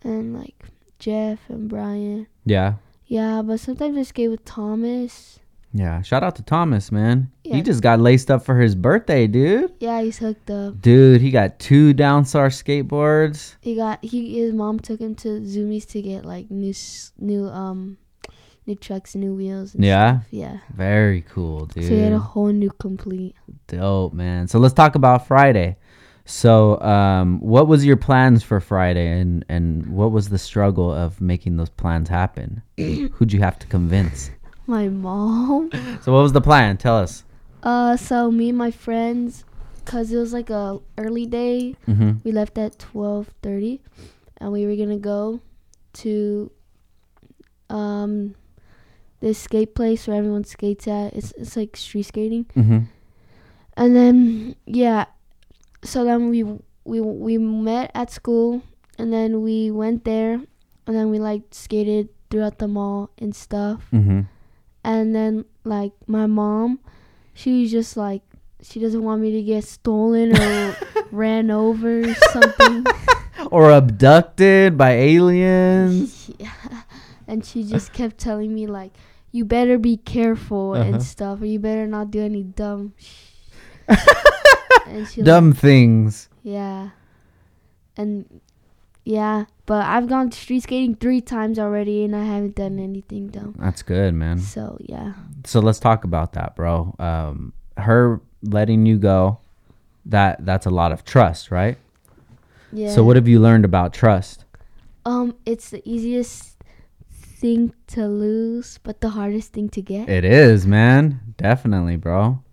Speaker 2: and like Jeff and Brian.
Speaker 1: Yeah.
Speaker 2: Yeah, but sometimes I skate with Thomas.
Speaker 1: Yeah, shout out to Thomas, man. He
Speaker 2: Yeah.
Speaker 1: just got laced up for his birthday, dude.
Speaker 2: Yeah, he's hooked up.
Speaker 1: Dude, he got two Downstar skateboards.
Speaker 2: He got he his mom took him to Zoomies to get like new s- new um new trucks, new wheels. And
Speaker 1: Yeah.
Speaker 2: stuff. yeah.
Speaker 1: Very cool,
Speaker 2: So he had a
Speaker 1: dude.
Speaker 2: whole new complete.
Speaker 1: Dope, man. So let's talk about Friday. So, um, what was your plans for Friday, and and what was the struggle of making those plans happen? Who'd you have to convince?
Speaker 2: My mom. (laughs)
Speaker 1: So, what was the plan? Tell us.
Speaker 2: Uh, so me and my friends, cause it was like a early day.
Speaker 1: Mm-hmm.
Speaker 2: We left at twelve thirty, and we were gonna go to um this skate place where everyone skates at. It's it's like street skating.
Speaker 1: Mm-hmm.
Speaker 2: And then yeah, so then we we we met at school, and then we went there, and then we like skated throughout the mall and stuff.
Speaker 1: Mm-hmm.
Speaker 2: And then like my mom, she's just like she doesn't want me to get stolen or ran over or something.
Speaker 1: Or abducted by aliens.
Speaker 2: (laughs) and she just kept telling me like you better be careful
Speaker 1: Uh-huh.
Speaker 2: and stuff, or you better not do any dumb.
Speaker 1: (laughs)
Speaker 2: Sh-. and she like,
Speaker 1: Dumb things.
Speaker 2: Yeah. And yeah, but I've gone street skating three times already and I haven't done anything dumb.
Speaker 1: That's good, man.
Speaker 2: So yeah.
Speaker 1: so let's talk about that, bro. Um, her letting you go, that that's a lot of trust, right?
Speaker 2: Yeah.
Speaker 1: So what have you learned about trust?
Speaker 2: um it's the easiest thing to lose, but the hardest thing to get.
Speaker 1: It is, man, definitely, bro.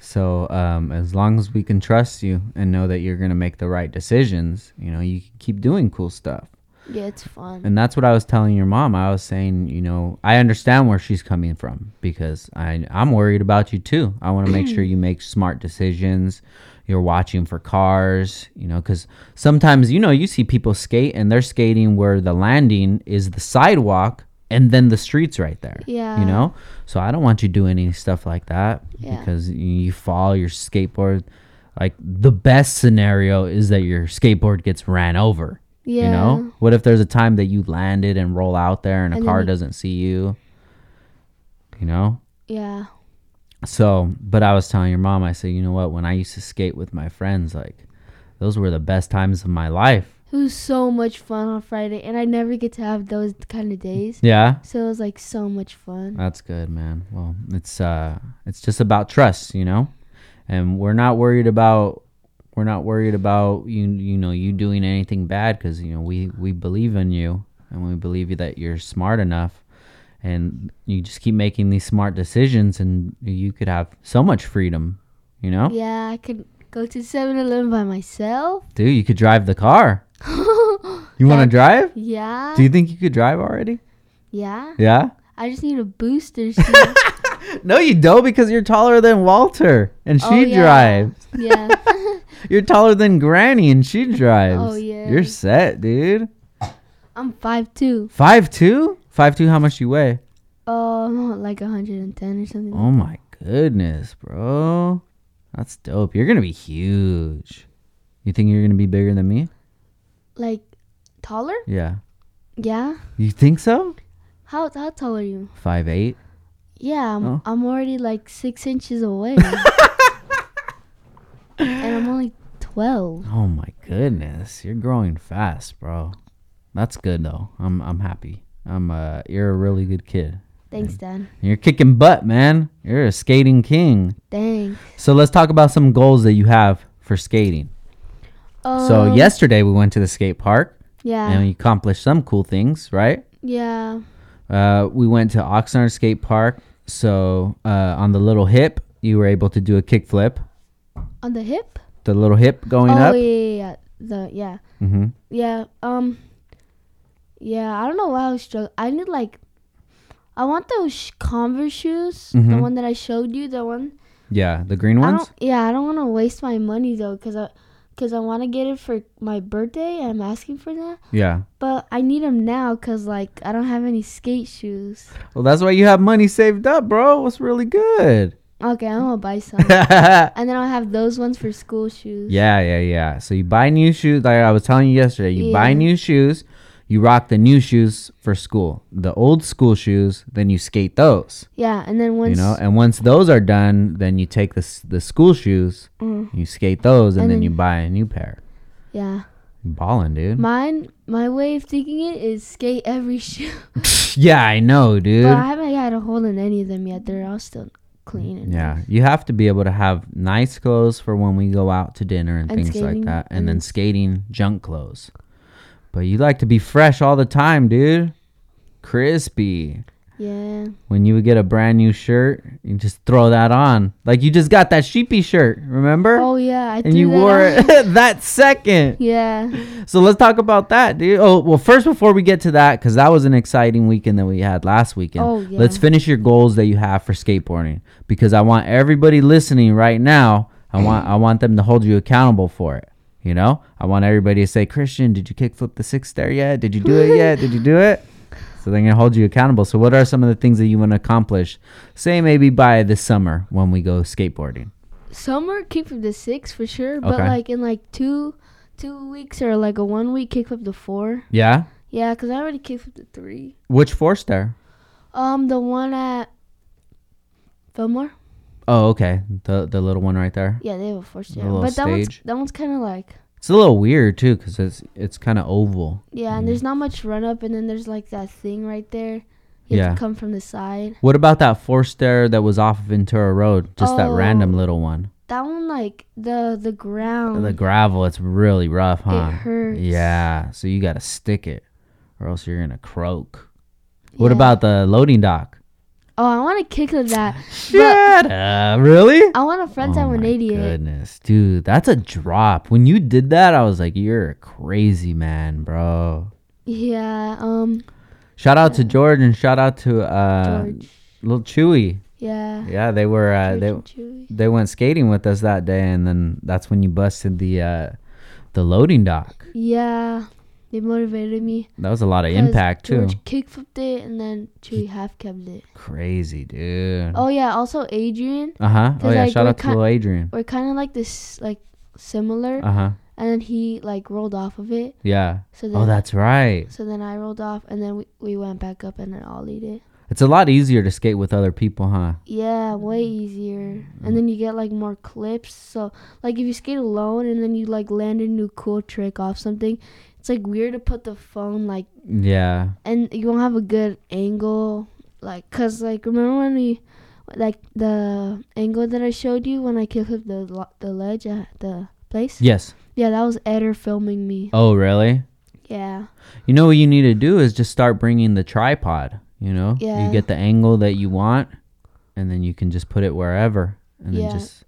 Speaker 1: So um, as long as we can trust you and know that you're gonna make the right decisions, you know, you can keep doing cool stuff.
Speaker 2: Yeah, it's fun.
Speaker 1: And that's what I was telling your mom. I was saying, you know, I understand where she's coming from because I I'm worried about you too. I want to make sure you make smart decisions. You're watching for cars, you know, because sometimes you know you see people skate and they're skating where the landing is the sidewalk and then the streets right there.
Speaker 2: Yeah.
Speaker 1: you know. So I don't want you doing any stuff like that
Speaker 2: Yeah.
Speaker 1: because you- you fall your skateboard. Like the best scenario is that your skateboard gets ran over.
Speaker 2: Yeah.
Speaker 1: You know, what if there's a time that you landed and roll out there and a
Speaker 2: And then
Speaker 1: car
Speaker 2: you-
Speaker 1: doesn't see you? You know?
Speaker 2: Yeah.
Speaker 1: So, but I was telling your mom, I said, you know what? When I used to skate with my friends, like those were the best times of my life
Speaker 2: It was so much fun on Friday, and I never get to have those kind of days.
Speaker 1: Yeah.
Speaker 2: So it was like so much fun.
Speaker 1: That's good, man. Well, it's uh it's just about trust, you know? And we're not worried about we're not worried about you you know you doing anything bad cuz you know we we believe in you and we believe you that you're smart enough and you just keep making these smart decisions and you could have so much freedom, you know?
Speaker 2: Yeah, I could go to 7 Eleven by myself. (laughs)
Speaker 1: Dude, you could drive the car. You want to
Speaker 2: That-
Speaker 1: drive?
Speaker 2: yeah.
Speaker 1: Do you think you could drive already?
Speaker 2: yeah. (laughs)
Speaker 1: Yeah?
Speaker 2: I just need a booster (laughs) seat.
Speaker 1: No, you don't because you're taller than Walter and she
Speaker 2: Oh, yeah.
Speaker 1: drives.
Speaker 2: yeah. (laughs)
Speaker 1: You're taller than Granny and she drives.
Speaker 2: Oh, yeah.
Speaker 1: You're set, dude.
Speaker 2: I'm 5'2.
Speaker 1: Five two? Five two, how much you weigh?
Speaker 2: Um, like 110 or something.
Speaker 1: Oh my goodness, bro. That's dope. You're gonna be huge. You think you're gonna be bigger than me?
Speaker 2: Like taller?
Speaker 1: Yeah.
Speaker 2: Yeah.
Speaker 1: You think so?
Speaker 2: How how tall are you?
Speaker 1: Five eight?
Speaker 2: Yeah, I'm,
Speaker 1: Oh.
Speaker 2: I'm already like six inches
Speaker 1: (laughs)
Speaker 2: away. and I'm only 12.
Speaker 1: Oh my goodness. You're growing fast, bro. That's good though. I'm I'm happy. I'm uh you're a really good kid.
Speaker 2: Thanks, Dad.
Speaker 1: You're kicking butt, man. You're a skating king.
Speaker 2: Thanks.
Speaker 1: So let's talk about some goals that you have for skating. so
Speaker 2: Um,
Speaker 1: yesterday we went to the skate park and
Speaker 2: Yeah.
Speaker 1: we accomplished some cool things, right?
Speaker 2: Yeah.
Speaker 1: Uh, we went to Oxnard Skate Park. So uh, on the little hip, you were able to do a kickflip.
Speaker 2: On the hip?
Speaker 1: The little hip going
Speaker 2: oh,
Speaker 1: up.
Speaker 2: yeah, yeah, yeah. The, yeah.
Speaker 1: hmm
Speaker 2: Yeah. Um. Yeah, I don't know why I was struggling. I need like, I want those sh- Converse shoes, the
Speaker 1: Mhm.
Speaker 2: one that I showed you, the one.
Speaker 1: Yeah, the green
Speaker 2: I
Speaker 1: ones.
Speaker 2: don't. Yeah, I don't want to waste my money though, cause I, cause I want to get it for my birthday. And I'm asking for that,
Speaker 1: Yeah.
Speaker 2: but I need them now, cause like I don't have any skate shoes.
Speaker 1: Well, that's why you have money saved up, bro. It's really good. (laughs)
Speaker 2: Okay, I'm gonna buy some,
Speaker 1: yeah,
Speaker 2: and then I'll have those ones for school shoes.
Speaker 1: yeah, yeah. So you buy new shoes. Like I was telling you yesterday, you buy
Speaker 2: Yeah.
Speaker 1: new shoes. You rock the new shoes for school. The old school shoes, then you skate those.
Speaker 2: Yeah, and then once.
Speaker 1: you know and once those are done then you take the, s- the school shoes
Speaker 2: Mm.
Speaker 1: you skate those and,
Speaker 2: And
Speaker 1: then
Speaker 2: then-
Speaker 1: you buy a new pair
Speaker 2: Yeah,
Speaker 1: balling dude
Speaker 2: mine. My way of thinking it is skate every shoe.
Speaker 1: (laughs) yeah i know dude
Speaker 2: (laughs) But I haven't had a hole in any of them yet. They're all still clean. And
Speaker 1: yeah you have to be able to have nice clothes for when we go out to dinner and,
Speaker 2: And
Speaker 1: things like
Speaker 2: skating Mm.
Speaker 1: that and then skating junk clothes but you like to be fresh all the time dude crispy
Speaker 2: Yeah.
Speaker 1: when you would get a brand new shirt you just throw that on like you just got that sheepy shirt remember
Speaker 2: Oh yeah. I
Speaker 1: and
Speaker 2: threw
Speaker 1: you
Speaker 2: that
Speaker 1: wore
Speaker 2: out.
Speaker 1: it (laughs) that second
Speaker 2: (laughs) Yeah.
Speaker 1: So let's talk about that, dude. Oh, well, first before we get to that, because that was an exciting weekend that we had last weekend.
Speaker 2: Oh, yeah.
Speaker 1: Let's finish your goals that you have for skateboarding, because I want everybody listening right now. I want I want them to hold you accountable for it. You know, I want everybody to say, Christian, did you kickflip the six there yet? Did you do it yet? Did you do
Speaker 2: (laughs)
Speaker 1: it? So they're gonna hold you accountable. So what are some of the things that you want to accomplish? Say maybe by this summer when we go skateboarding.
Speaker 2: Summer kick from the six for sure, but
Speaker 1: Okay.
Speaker 2: like in like two, two weeks or like a one week kick from the four.
Speaker 1: Yeah.
Speaker 2: Yeah, cause I already kicked from the three.
Speaker 1: Which four star?
Speaker 2: Um, the one at Fillmore.
Speaker 1: Oh, okay. The the little one right there.
Speaker 2: Yeah, they have a four star,
Speaker 1: little
Speaker 2: but that one's
Speaker 1: stage.
Speaker 2: that one's kind of like
Speaker 1: It's a little weird too, cause it's it's kind of oval.
Speaker 2: yeah, and
Speaker 1: Mm.
Speaker 2: there's not much run up, and then there's like that thing right there. You have
Speaker 1: Yeah.
Speaker 2: to come from the side.
Speaker 1: What about that four stair that was off Ventura Road? Just that random
Speaker 2: Oh.
Speaker 1: little one.
Speaker 2: That one like the the ground.
Speaker 1: The gravel, it's really rough, huh?
Speaker 2: hurts.
Speaker 1: Yeah, so you gotta stick it, or else you're gonna croak. What
Speaker 2: Yeah.
Speaker 1: about the loading dock?
Speaker 2: Oh, I want to kick with that.
Speaker 1: Shut up! Really? Oh
Speaker 2: I want a frontside
Speaker 1: my
Speaker 2: 188.
Speaker 1: goodness, dude, that's a drop. When you did that, I was like, you're a crazy man, bro.
Speaker 2: Yeah. Um.
Speaker 1: Shout out to George and shout out to uh,
Speaker 2: George.
Speaker 1: little Chewy.
Speaker 2: Yeah.
Speaker 1: Yeah, they were uh,
Speaker 2: George
Speaker 1: they
Speaker 2: and Chewy.
Speaker 1: they went skating with us that day and then that's when you busted the uh the loading dock
Speaker 2: Yeah. They motivated me.
Speaker 1: that was a lot of
Speaker 2: 'cause
Speaker 1: impact too
Speaker 2: George kickflipped it and then Chewy half kept it.
Speaker 1: crazy dude
Speaker 2: Oh yeah. Also Adrian,
Speaker 1: uh-huh oh
Speaker 2: 'cause,
Speaker 1: yeah
Speaker 2: like,
Speaker 1: shout
Speaker 2: we're
Speaker 1: out to
Speaker 2: ki-
Speaker 1: little adrian
Speaker 2: we're kind of like this, like similar,
Speaker 1: uh-huh
Speaker 2: and then he like rolled off of it.
Speaker 1: yeah
Speaker 2: So then.
Speaker 1: oh that's right
Speaker 2: So then I rolled off, and then we, we went back up, and then ollied it.
Speaker 1: it's a lot easier to skate with other people huh
Speaker 2: Yeah, way easier. And then you get like more clips. So like if you skate alone and then you like land a new cool trick off something, It's like weird to put the phone like,
Speaker 1: Yeah.
Speaker 2: and you won't have a good angle, like, cause like remember when we, like the angle that I showed you when I kicked up the lo- the ledge at the place.
Speaker 1: Yes.
Speaker 2: Yeah, that was Eder filming me.
Speaker 1: Oh, really?
Speaker 2: Yeah.
Speaker 1: You know what you need to do is just start bringing the tripod. You know,
Speaker 2: Yeah.
Speaker 1: you get the angle that you want, and then you can just put it wherever, and
Speaker 2: Yeah.
Speaker 1: then just.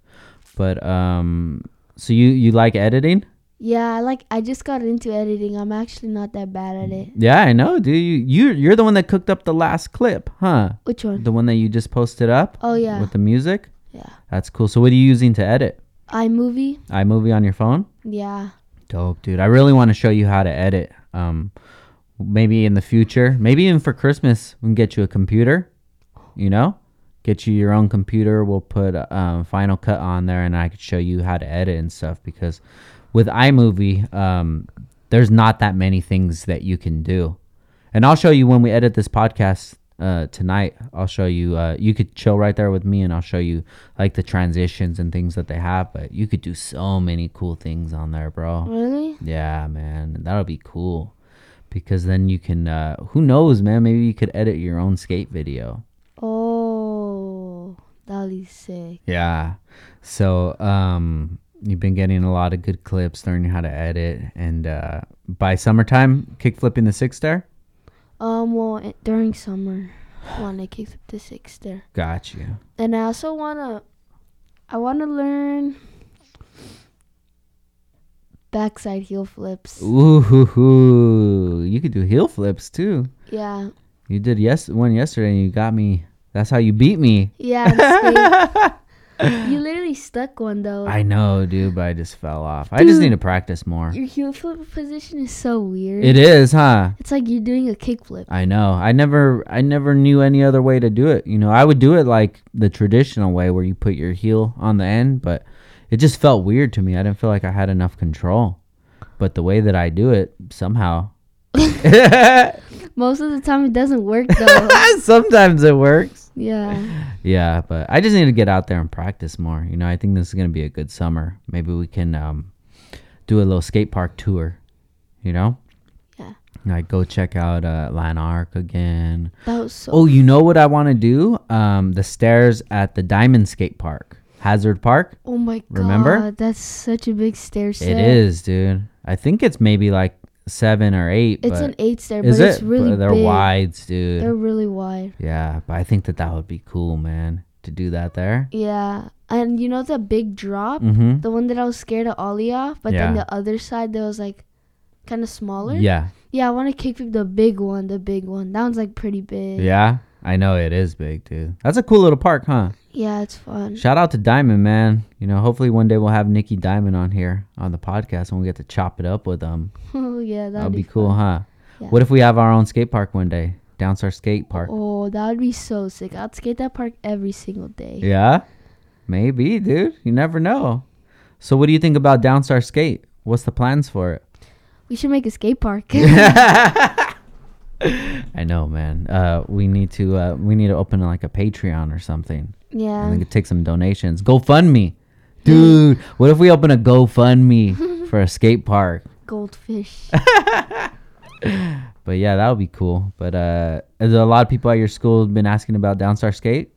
Speaker 1: But um, so you you like editing?
Speaker 2: Yeah, I like I just got into editing. I'm actually not that bad at it.
Speaker 1: Yeah, I know, dude. You you you're the one that cooked up the last clip, huh?
Speaker 2: Which one?
Speaker 1: The one that you just posted up
Speaker 2: Oh yeah.
Speaker 1: with the music.
Speaker 2: Yeah.
Speaker 1: That's cool. So what are you using to edit?
Speaker 2: iMovie?
Speaker 1: iMovie on your phone?
Speaker 2: Yeah.
Speaker 1: Dope, dude. I really want to show you how to edit. Um, maybe in the future, maybe even for Christmas, we can get you a computer. You know, get you your own computer. We'll put um, Final Cut on there, and I could show you how to edit and stuff. Because with iMovie, um, there's not that many things that you can do. And I'll show you when we edit this podcast uh, tonight. I'll show you. Uh, you could chill right there with me, and I'll show you like the transitions and things that they have. But you could do so many cool things on there, bro.
Speaker 2: Really?
Speaker 1: Yeah, man, that'll be cool because then you can. Uh, who knows, man? Maybe you could edit your own skate video.
Speaker 2: Oh, that'll be sick.
Speaker 1: Yeah. So, um, you've been getting a lot of good clips, learning how to edit, and uh, by summertime, kick flipping the six star.
Speaker 2: Um, well, i- during summer, (sighs) I want to kick up the six there,
Speaker 1: Got you.
Speaker 2: and I also wanna, I wanna learn backside heel flips.
Speaker 1: Ooh, hoo, hoo. you could do heel flips too.
Speaker 2: Yeah,
Speaker 1: You did yes one yesterday, and you got me. That's how you beat me.
Speaker 2: yeah. I'm
Speaker 1: (laughs)
Speaker 2: scared. you literally stuck one though.
Speaker 1: I know, dude, but I just fell off. I just
Speaker 2: Dude.
Speaker 1: need to practice more.
Speaker 2: Your heel flip position is so weird.
Speaker 1: It is, huh?
Speaker 2: it's like you're doing a kickflip.
Speaker 1: I know. I never I never knew any other way to do it. You know, I would do it like the traditional way where you put your heel on the end, but it just felt weird to me. I didn't feel like I had enough control. But the way that I do it, somehow (laughs)
Speaker 2: Most of the time, it doesn't work
Speaker 1: (laughs)
Speaker 2: though.
Speaker 1: sometimes it works.
Speaker 2: yeah.
Speaker 1: Yeah, but I just need to get out there and practice more. You know, I think this is going to be a good summer. Maybe we can um do a little skate park tour, you know?
Speaker 2: Yeah.
Speaker 1: Like go check out uh Lanark again.
Speaker 2: That was so.
Speaker 1: Oh, you know what I want to do? Um, the stairs at the Diamond Skate Park, Hazard Park.
Speaker 2: Oh my god.
Speaker 1: Remember?
Speaker 2: That's such a big stair set.
Speaker 1: It is, dude. I think it's maybe like seven or eight.
Speaker 2: It's
Speaker 1: but
Speaker 2: an eight stair, but
Speaker 1: is
Speaker 2: it's
Speaker 1: it?
Speaker 2: really
Speaker 1: But they're
Speaker 2: big.
Speaker 1: wides, dude.
Speaker 2: They're really wide.
Speaker 1: yeah, but I think that that would be cool, man, to do that there.
Speaker 2: Yeah. And you know the big drop?
Speaker 1: Mm-hmm.
Speaker 2: The one that I was scared of Ollie off, but then
Speaker 1: Yeah.
Speaker 2: the other side that was like kind of smaller.
Speaker 1: Yeah,
Speaker 2: Yeah, I want to kick the big one, the big one. That one's like pretty big.
Speaker 1: yeah. I know it is big, dude. That's a cool little park, huh?
Speaker 2: Yeah, it's fun. (laughs)
Speaker 1: Shout out to Diamond, man. You know, hopefully one day we'll have Nikki Diamond on here on the podcast and we'll get to chop it up with them.
Speaker 2: oh, yeah,
Speaker 1: That'd
Speaker 2: that'd
Speaker 1: be, cool,
Speaker 2: fun.
Speaker 1: huh?
Speaker 2: Yeah.
Speaker 1: What if we have our own skate park one day? Downstar Skate Park.
Speaker 2: Oh, that would be so sick. I'd skate that park every single day.
Speaker 1: Yeah, maybe, dude. You never know. So, what do you think about Downstar Skate? What's the plans for it?
Speaker 2: We should make a
Speaker 1: (laughs)
Speaker 2: skate park.
Speaker 1: I know, man. Uh, we need to uh, we need to open like a Patreon or something. I
Speaker 2: (laughs) yeah.
Speaker 1: think it takes some donations.
Speaker 2: (laughs)
Speaker 1: GoFundMe, dude. what if we open a GoFundMe for a skate park? (laughs)
Speaker 2: Goldfish.
Speaker 1: But yeah, that would be cool. But uh, is a lot of people at your school been asking about Downstar Skate?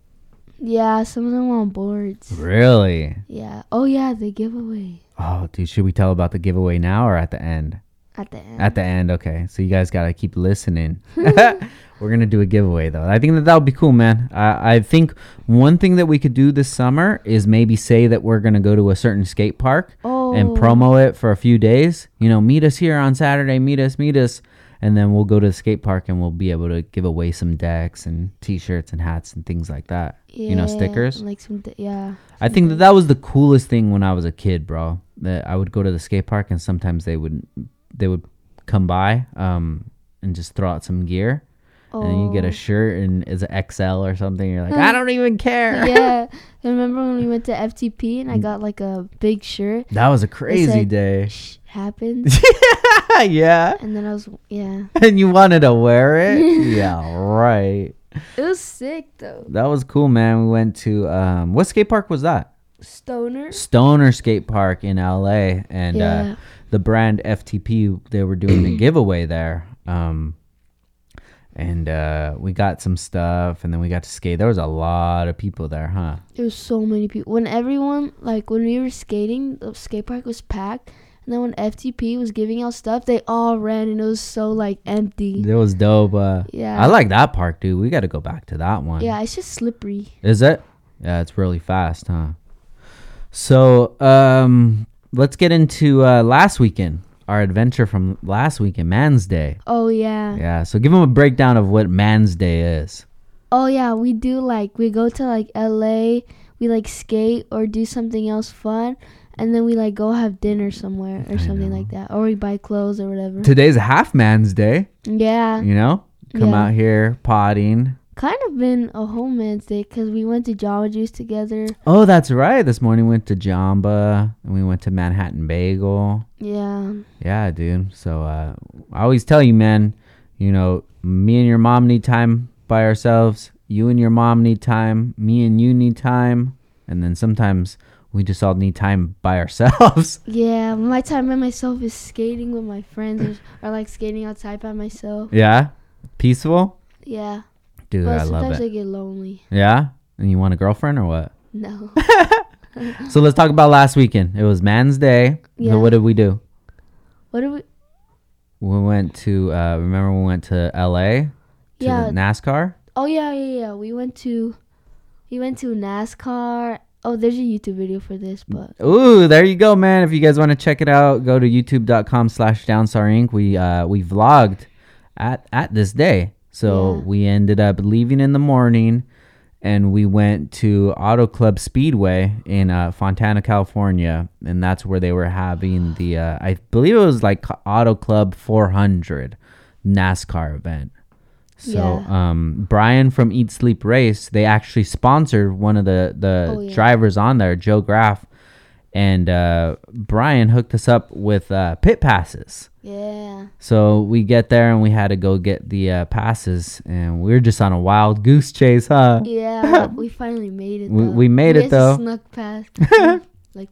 Speaker 2: yeah, some of them on boards.
Speaker 1: Really?
Speaker 2: Yeah. Oh yeah, the giveaway
Speaker 1: Oh, dude, should we tell about the giveaway now or at the end?
Speaker 2: at the end.
Speaker 1: At the end, okay. So you guys gotta keep listening. (laughs) We're gonna do a giveaway though. I think that that would be cool, man. I, I think one thing that we could do this summer is maybe say that we're gonna go to a certain skate park
Speaker 2: oh.
Speaker 1: and promo it for a few days. You know, meet us here on Saturday. Meet us, meet us, and then we'll go to the skate park and we'll be able to give away some decks and T-shirts and hats and things like that. you know,
Speaker 2: Yeah,
Speaker 1: stickers.
Speaker 2: Like some, th- yeah.
Speaker 1: I think that that was the coolest thing when I was a kid, bro. That I would go to the skate park and sometimes they would they would come by um, and just throw out some gear.
Speaker 2: Oh.
Speaker 1: And you get a shirt and it's an XL or something. You're like, I don't even
Speaker 2: (laughs)
Speaker 1: care.
Speaker 2: yeah. I remember when we went to FTP
Speaker 1: Mm.
Speaker 2: and I got like a big shirt.
Speaker 1: That was a crazy
Speaker 2: said-
Speaker 1: day. (laughs)
Speaker 2: Shh, happened.
Speaker 1: yeah. (laughs)
Speaker 2: and then I was, yeah.
Speaker 1: And you wanted to wear it? yeah, right.
Speaker 2: It was sick though.
Speaker 1: That was cool, man. We went to um, what skate park was that?
Speaker 2: Stoner.
Speaker 1: Stoner Skate Park in LA, and uh,
Speaker 2: yeah.
Speaker 1: the brand FTP they were doing
Speaker 2: (clears throat)
Speaker 1: a giveaway there. Um, and uh, we got some stuff, and then we got to skate. There was a lot of people there, huh?
Speaker 2: There was so many people. When everyone like when we were skating, the skate park was packed. And then when FTP was giving out stuff, they all ran and it was so like empty.
Speaker 1: That was dope. Uh,
Speaker 2: Yeah.
Speaker 1: I like that park, dude. We got to go back to that one.
Speaker 2: yeah, it's just slippery.
Speaker 1: Is it? Yeah, it's really fast, huh? So, um, let's get into uh, last weekend, our adventure from last weekend, Man's Day.
Speaker 2: Oh yeah.
Speaker 1: Yeah, so give them a breakdown of what Man's Day is.
Speaker 2: Oh yeah, we do like we go to like LA, we like skate or do something else fun, and then we like go have dinner somewhere or something like that, or we buy clothes or whatever.
Speaker 1: Today's half Man's Day,
Speaker 2: yeah,
Speaker 1: you know? Come
Speaker 2: Yeah.
Speaker 1: out here potting.
Speaker 2: kind of been a whole man's day because we went to Jamba Juice together.
Speaker 1: Oh, that's right. This morning we went to Jamba and we went to Manhattan Bagel.
Speaker 2: Yeah,
Speaker 1: Yeah, dude. So uh, I always tell you, man, you know, me and your mom need time by ourselves. You and your mom need time. Me and you need time. And then sometimes we just all need time by ourselves. (laughs)
Speaker 2: yeah. My time by myself is skating with my friends,
Speaker 1: (coughs)
Speaker 2: or, or like skating outside by myself.
Speaker 1: yeah. Peaceful.
Speaker 2: Yeah,
Speaker 1: Dude,
Speaker 2: but
Speaker 1: I love
Speaker 2: sometimes
Speaker 1: it.
Speaker 2: I get lonely. (laughs)
Speaker 1: yeah. And you want a girlfriend or what? (laughs)
Speaker 2: No.
Speaker 1: So let's talk about last weekend. It was Man's Day.
Speaker 2: Yeah.
Speaker 1: So what did we do?
Speaker 2: what do we?
Speaker 1: We went to, uh, remember we went to LA to
Speaker 2: Yeah,
Speaker 1: the NASCAR?
Speaker 2: Oh yeah, yeah, yeah. We went to, we went to NASCAR. Oh, there's a YouTube video for
Speaker 1: Mm.
Speaker 2: this, but
Speaker 1: Ooh, there you go, man. If you guys want to check it out, go to youtube.com slash downstar inc. We uh we vlogged at at this day. So
Speaker 2: Yeah.
Speaker 1: we ended up leaving in the morning and we went to Auto Club Speedway in uh, Fontana, California, and that's where they were having the uh, I believe it was like Auto Club 400 NASCAR event. So um, Brian from Eat Sleep Race, they actually sponsored one of the the
Speaker 2: Oh, yeah.
Speaker 1: drivers on there, Joe Graff, and uh, Brian hooked us up with uh, pit passes.
Speaker 2: yeah,
Speaker 1: So we get there and we had to go get the uh, passes, and we were just on a wild goose chase, huh? (laughs)
Speaker 2: yeah. we finally made it.
Speaker 1: We-
Speaker 2: though.
Speaker 1: we made it,
Speaker 2: just
Speaker 1: though.
Speaker 2: Snuck past.
Speaker 1: (laughs)
Speaker 2: like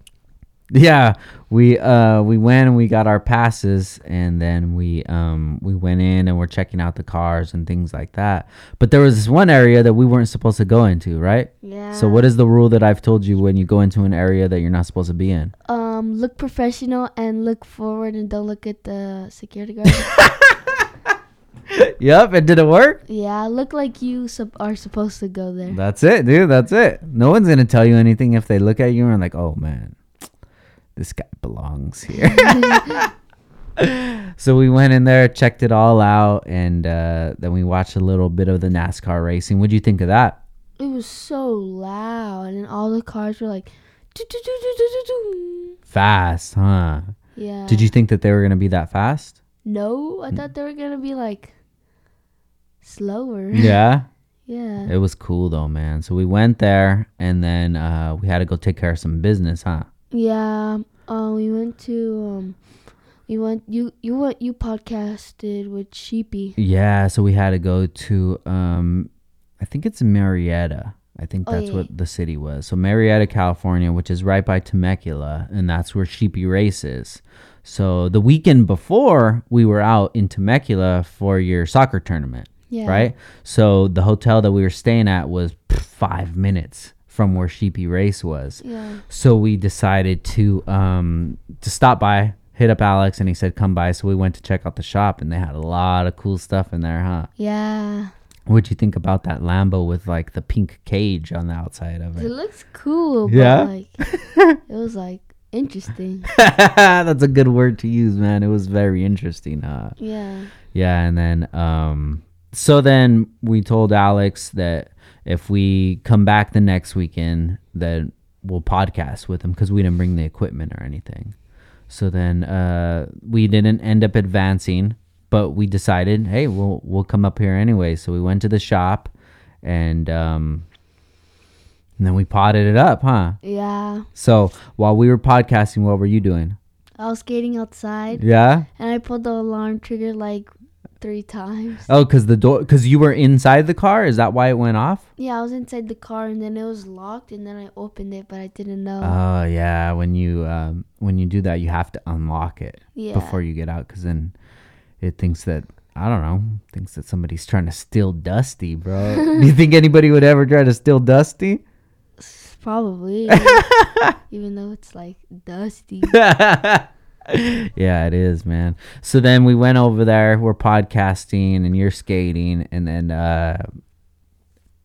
Speaker 1: Yeah, we uh we went and we got our passes, and then we um we went in and we're checking out the cars and things like that. But there was this one area that we weren't supposed to go into, right?
Speaker 2: yeah.
Speaker 1: So what is the rule that I've told you when you go into an area that you're not supposed to be in?
Speaker 2: Um, look professional and look forward and don't look at the
Speaker 1: (laughs)
Speaker 2: security guard.
Speaker 1: yep, it didn't work.
Speaker 2: yeah, look like you sup are supposed to go there.
Speaker 1: That's it, dude. That's it. No one's gonna tell you anything if they look at you and are like, "Oh man, this guy belongs here." (laughs) so we went in there, checked it all out, and uh, then we watched a little bit of the NASCAR racing. What'd you think of that?
Speaker 2: It was so loud and all the cars were like, "Doo, doo, doo, doo, doo, doo,
Speaker 1: Fast, huh?
Speaker 2: doo." yeah.
Speaker 1: Did you Mm. think that they were gonna be that fast?
Speaker 2: No, I thought they were gonna be like slower.
Speaker 1: (laughs) Yeah.
Speaker 2: (laughs) yeah.
Speaker 1: It was cool though, man. So we went there, and then uh, we had to go take care of some business, huh?
Speaker 2: Yeah. Um, we went to um, we went you you went you podcasted with Sheepy.
Speaker 1: Yeah, so we had to go to um I think it's Marietta. I think
Speaker 2: Oh,
Speaker 1: that's
Speaker 2: yeah,
Speaker 1: what the city was. So Marietta, California, which is right by Temecula, and that's where Sheepy Race is. So the weekend before, we were out in Temecula for your soccer tournament,
Speaker 2: Yeah.
Speaker 1: right? So the hotel that we were staying at was pff, 5 minutes from where Sheepy Race was.
Speaker 2: Yeah.
Speaker 1: So we decided to um to stop by, hit up Alex, and he said come by. So we went to check out the shop, and they had a lot of cool stuff in there, huh?
Speaker 2: Yeah.
Speaker 1: What'd you think about that Lambo with like the pink cage on the outside of
Speaker 2: It
Speaker 1: it?
Speaker 2: looks cool. But
Speaker 1: Yeah?
Speaker 2: Like, it was like
Speaker 1: (laughs)
Speaker 2: interesting.
Speaker 1: That's a good word to use, man. It was very interesting, huh?
Speaker 2: Yeah.
Speaker 1: Yeah, and then um so then we told Alex that if we come back the next weekend, then we'll podcast with him because we didn't bring the equipment or anything. So then uh we didn't end up advancing, but we decided, hey, we'll we'll come up here anyway. So we went to the shop and um and then we potted it up, huh?
Speaker 2: Yeah.
Speaker 1: So while we were podcasting, what were you doing?
Speaker 2: I was skating outside
Speaker 1: Yeah?
Speaker 2: and I pulled the alarm trigger like three times.
Speaker 1: Oh, because the door, because you were inside the car. Is that why it went off?
Speaker 2: Yeah, I was inside the car and then it was locked and then I opened it, but I didn't know.
Speaker 1: Oh yeah, when you um, when you do that, you have to unlock it
Speaker 2: yeah.
Speaker 1: before you get out, because then it thinks that I don't know, thinks that somebody's trying to steal Dusty, bro. do you think anybody would ever try to steal Dusty? (laughs)
Speaker 2: Probably. even though it's like dusty.
Speaker 1: yeah, it is, man. So then we went over there, we're podcasting and you're skating and then uh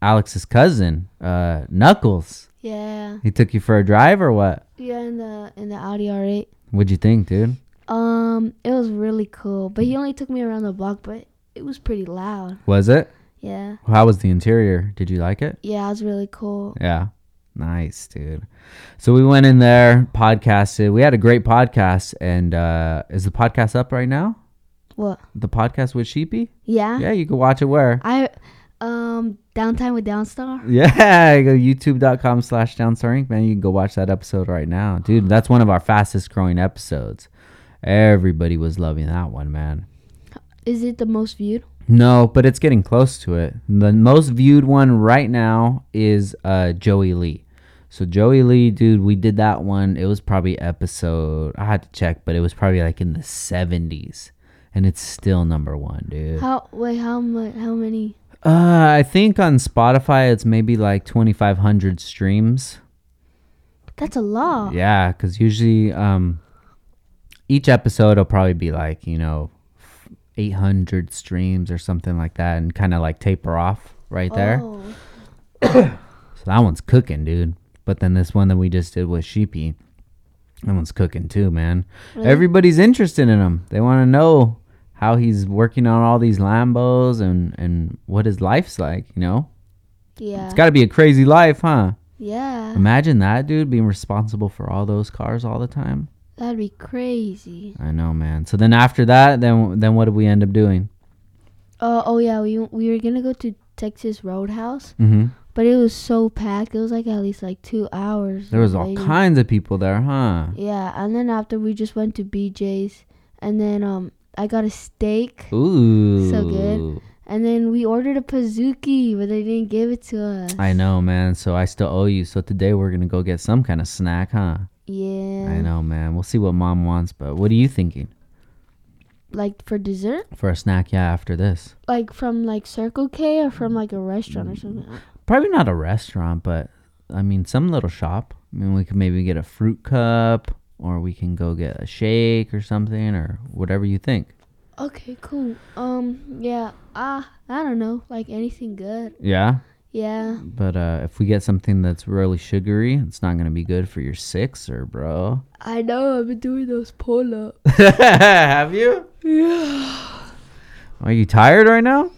Speaker 1: Alex's cousin, uh Knuckles.
Speaker 2: Yeah.
Speaker 1: He took you for a drive or what?
Speaker 2: Yeah, in the in the Audi R8.
Speaker 1: What'd you think, dude?
Speaker 2: Um, it was really cool, but he only took me around the block, but it was pretty loud.
Speaker 1: Was it?
Speaker 2: Yeah.
Speaker 1: How was the interior? Did you like it?
Speaker 2: Yeah, it was really cool.
Speaker 1: Yeah. Nice, dude. So we went in there, podcasted. We had a great podcast and uh is the podcast up right now?
Speaker 2: What?
Speaker 1: The podcast with Sheepy?
Speaker 2: Yeah.
Speaker 1: Yeah, you can watch it where?
Speaker 2: I um downtime with Downstar.
Speaker 1: Yeah, (laughs) go to youtube.com slash downstarink, man. You can go watch that episode right now. Dude, that's one of our fastest growing episodes. Everybody was loving that one, man.
Speaker 2: Is it the most viewed?
Speaker 1: No, but it's getting close to it. The most viewed one right now is uh, Joey Lee. So Joey Lee, dude, we did that one. It was probably episode I had to check, but it was probably like in the seventies. And it's still number one, dude.
Speaker 2: How wait, how much how many?
Speaker 1: Uh, I think on Spotify it's maybe like twenty five hundred streams.
Speaker 2: That's a lot.
Speaker 1: Yeah, because usually um, each episode will probably be like you know, eight hundred streams or something like that, and kind of like taper off right there.
Speaker 2: Oh.
Speaker 1: So that one's cooking, dude. But then this one that we just did with Sheepy, that one's cooking too, man. Everybody's interested in him. They want to know how he's working on all these Lambos and and what his life's like. You know,
Speaker 2: Yeah.
Speaker 1: it's got to be a crazy life,
Speaker 2: (laughs)
Speaker 1: huh?
Speaker 2: yeah.
Speaker 1: Imagine that, dude, being responsible for all those cars all the time.
Speaker 2: That'd be crazy.
Speaker 1: I know, man. So then after that, then then what did we end up doing?
Speaker 2: Uh, oh yeah, we we were gonna go to Texas Roadhouse,
Speaker 1: Mm-hmm.
Speaker 2: but it was so packed. It was like at least like two hours.
Speaker 1: There was
Speaker 2: of
Speaker 1: all
Speaker 2: waiting.
Speaker 1: kinds of people there, huh?
Speaker 2: Yeah, and then after we just went to BJ's, and then um I got a steak,
Speaker 1: Ooh,
Speaker 2: So good. and then we ordered a Pazuki, but they didn't give it to us.
Speaker 1: I know, man. So I still owe you. So today we're gonna go get some kind of snack, huh?
Speaker 2: Yeah.
Speaker 1: I know, man. We'll see what mom wants, but what are you thinking
Speaker 2: Like for dessert,
Speaker 1: for a snack? Yeah, after this,
Speaker 2: like from like Circle K or from like a restaurant or
Speaker 1: Mm.
Speaker 2: something.
Speaker 1: probably not a restaurant, but I mean some little shop. I mean, we could maybe get a fruit cup, or we can go get a shake or something, or whatever you think.
Speaker 2: Okay, cool. Um, yeah. Ah, I don't know, like anything good.
Speaker 1: Yeah.
Speaker 2: Yeah.
Speaker 1: But uh, if we get something that's really sugary, it's not gonna be good for your sixer, bro. (laughs)
Speaker 2: I know I've been doing those pull ups.
Speaker 1: Have you? Are you tired right now?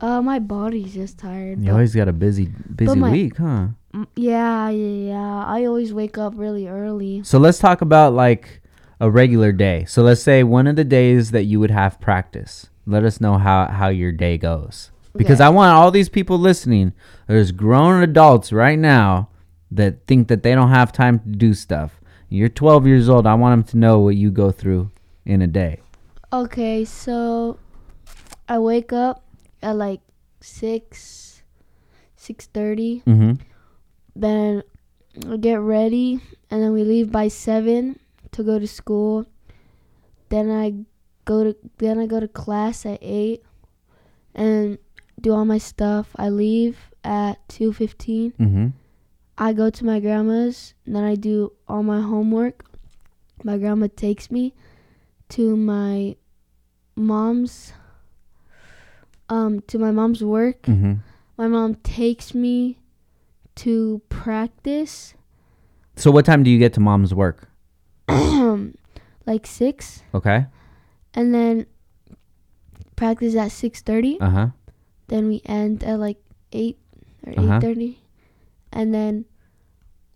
Speaker 2: Uh, my body's just tired.
Speaker 1: You
Speaker 2: but-
Speaker 1: always got a busy, busy
Speaker 2: my-
Speaker 1: week, huh?
Speaker 2: Mm, yeah, yeah, yeah. I always wake up really early.
Speaker 1: So let's talk about like a regular day. So let's say one of the days that you would have practice. Let us know how how your day goes because
Speaker 2: Okay.
Speaker 1: I want all these people listening. There's grown adults right now that think that they don't have time to do stuff. You're 12 years old. I want them to know what you go through in a day.
Speaker 2: Okay, so I wake up at like six, six thirty.
Speaker 1: Mm-hmm.
Speaker 2: Then I get ready, and then we leave by seven to go to school. Then I go to then I go to class at eight, and do all my stuff. I leave at two fifteen.
Speaker 1: Mm-hmm.
Speaker 2: I go to my grandma's, then I do all my homework. My grandma takes me to my mom's um to my mom's work.
Speaker 1: Mm-hmm.
Speaker 2: My mom takes me to practice (clears throat)
Speaker 1: So what time do you get to mom's work?
Speaker 2: like 6
Speaker 1: Okay.
Speaker 2: and then practice at 6:30.
Speaker 1: Uh huh.
Speaker 2: Then we end at like 8 or
Speaker 1: Uh-huh.
Speaker 2: 8:30. And then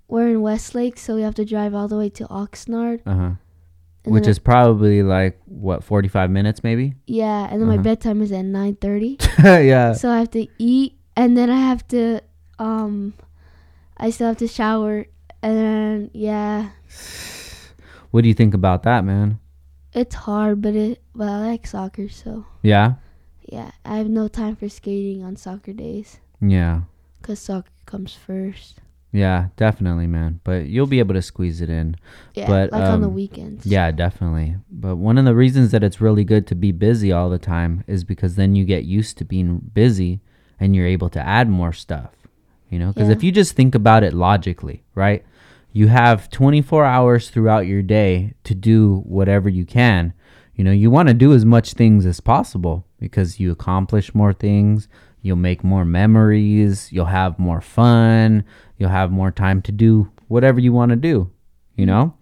Speaker 2: we're in Westlake, so we have to drive all the way to Oxnard.
Speaker 1: Uh huh.
Speaker 2: and
Speaker 1: Which
Speaker 2: then-
Speaker 1: is probably like what 45 minutes,
Speaker 2: (laughs)
Speaker 1: maybe.
Speaker 2: Yeah, and then my
Speaker 1: Uh-huh.
Speaker 2: bedtime is at nine thirty.
Speaker 1: (laughs) yeah.
Speaker 2: so I have to eat and then I have to um I still have to shower and then yeah.
Speaker 1: What do you think about that, man?
Speaker 2: It's hard but it but I like soccer so
Speaker 1: Yeah.
Speaker 2: Yeah, I have no time for skating on soccer days
Speaker 1: Yeah.
Speaker 2: because soccer comes first.
Speaker 1: Yeah, definitely, man. But you'll be able to squeeze it in.
Speaker 2: Yeah,
Speaker 1: But,
Speaker 2: like on the
Speaker 1: um,
Speaker 2: weekends.
Speaker 1: Yeah, definitely. But one of the reasons that it's really good to be busy all the time is because then you get used to being busy and you're able to add more stuff. You know, because
Speaker 2: Yeah.
Speaker 1: if you just think about it logically, right? You have 24 hours throughout your day to do whatever you can. You know, you want to do as much things as possible because you accomplish more things, you'll make more memories, you'll have more fun, you'll have more time to do whatever you want to do, you know?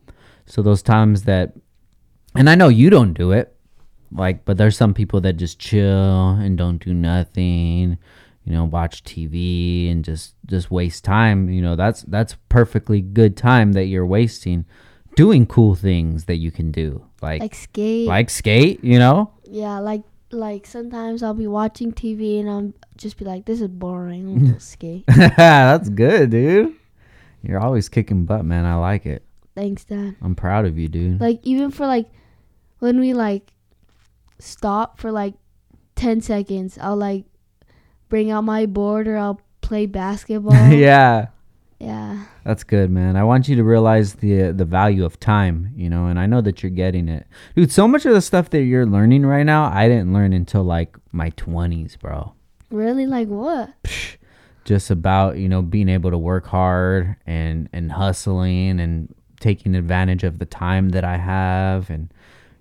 Speaker 1: So those times that, and I know you don't do it, like, but there's some people that just chill and don't do nothing, you know, watch TV and just just waste time. You know, that's that's perfectly good time that you're wasting doing cool things that you can do, like like,
Speaker 2: Like skate.
Speaker 1: skate. You know, (laughs)
Speaker 2: yeah, like like sometimes I'll be watching TV and I'll just be like, this is boring.
Speaker 1: (laughs)
Speaker 2: I'm gonna go skate.
Speaker 1: that's good, dude. You're always kicking butt, man. I like it.
Speaker 2: Thanks, Dad.
Speaker 1: I'm proud of you, dude.
Speaker 2: Like even for like when we like stop for like ten seconds, I'll like bring out my board or I'll play
Speaker 1: (laughs)
Speaker 2: basketball.
Speaker 1: yeah.
Speaker 2: Yeah.
Speaker 1: That's good, man. I want you to realize the the value of time, you know, and I know that you're getting it, dude. So much of the stuff that you're learning right now, I didn't learn until like my twenties, bro.
Speaker 2: Really? Like what?
Speaker 1: Psh, Just about you know being able to work hard and and hustling and taking advantage of the time that I have and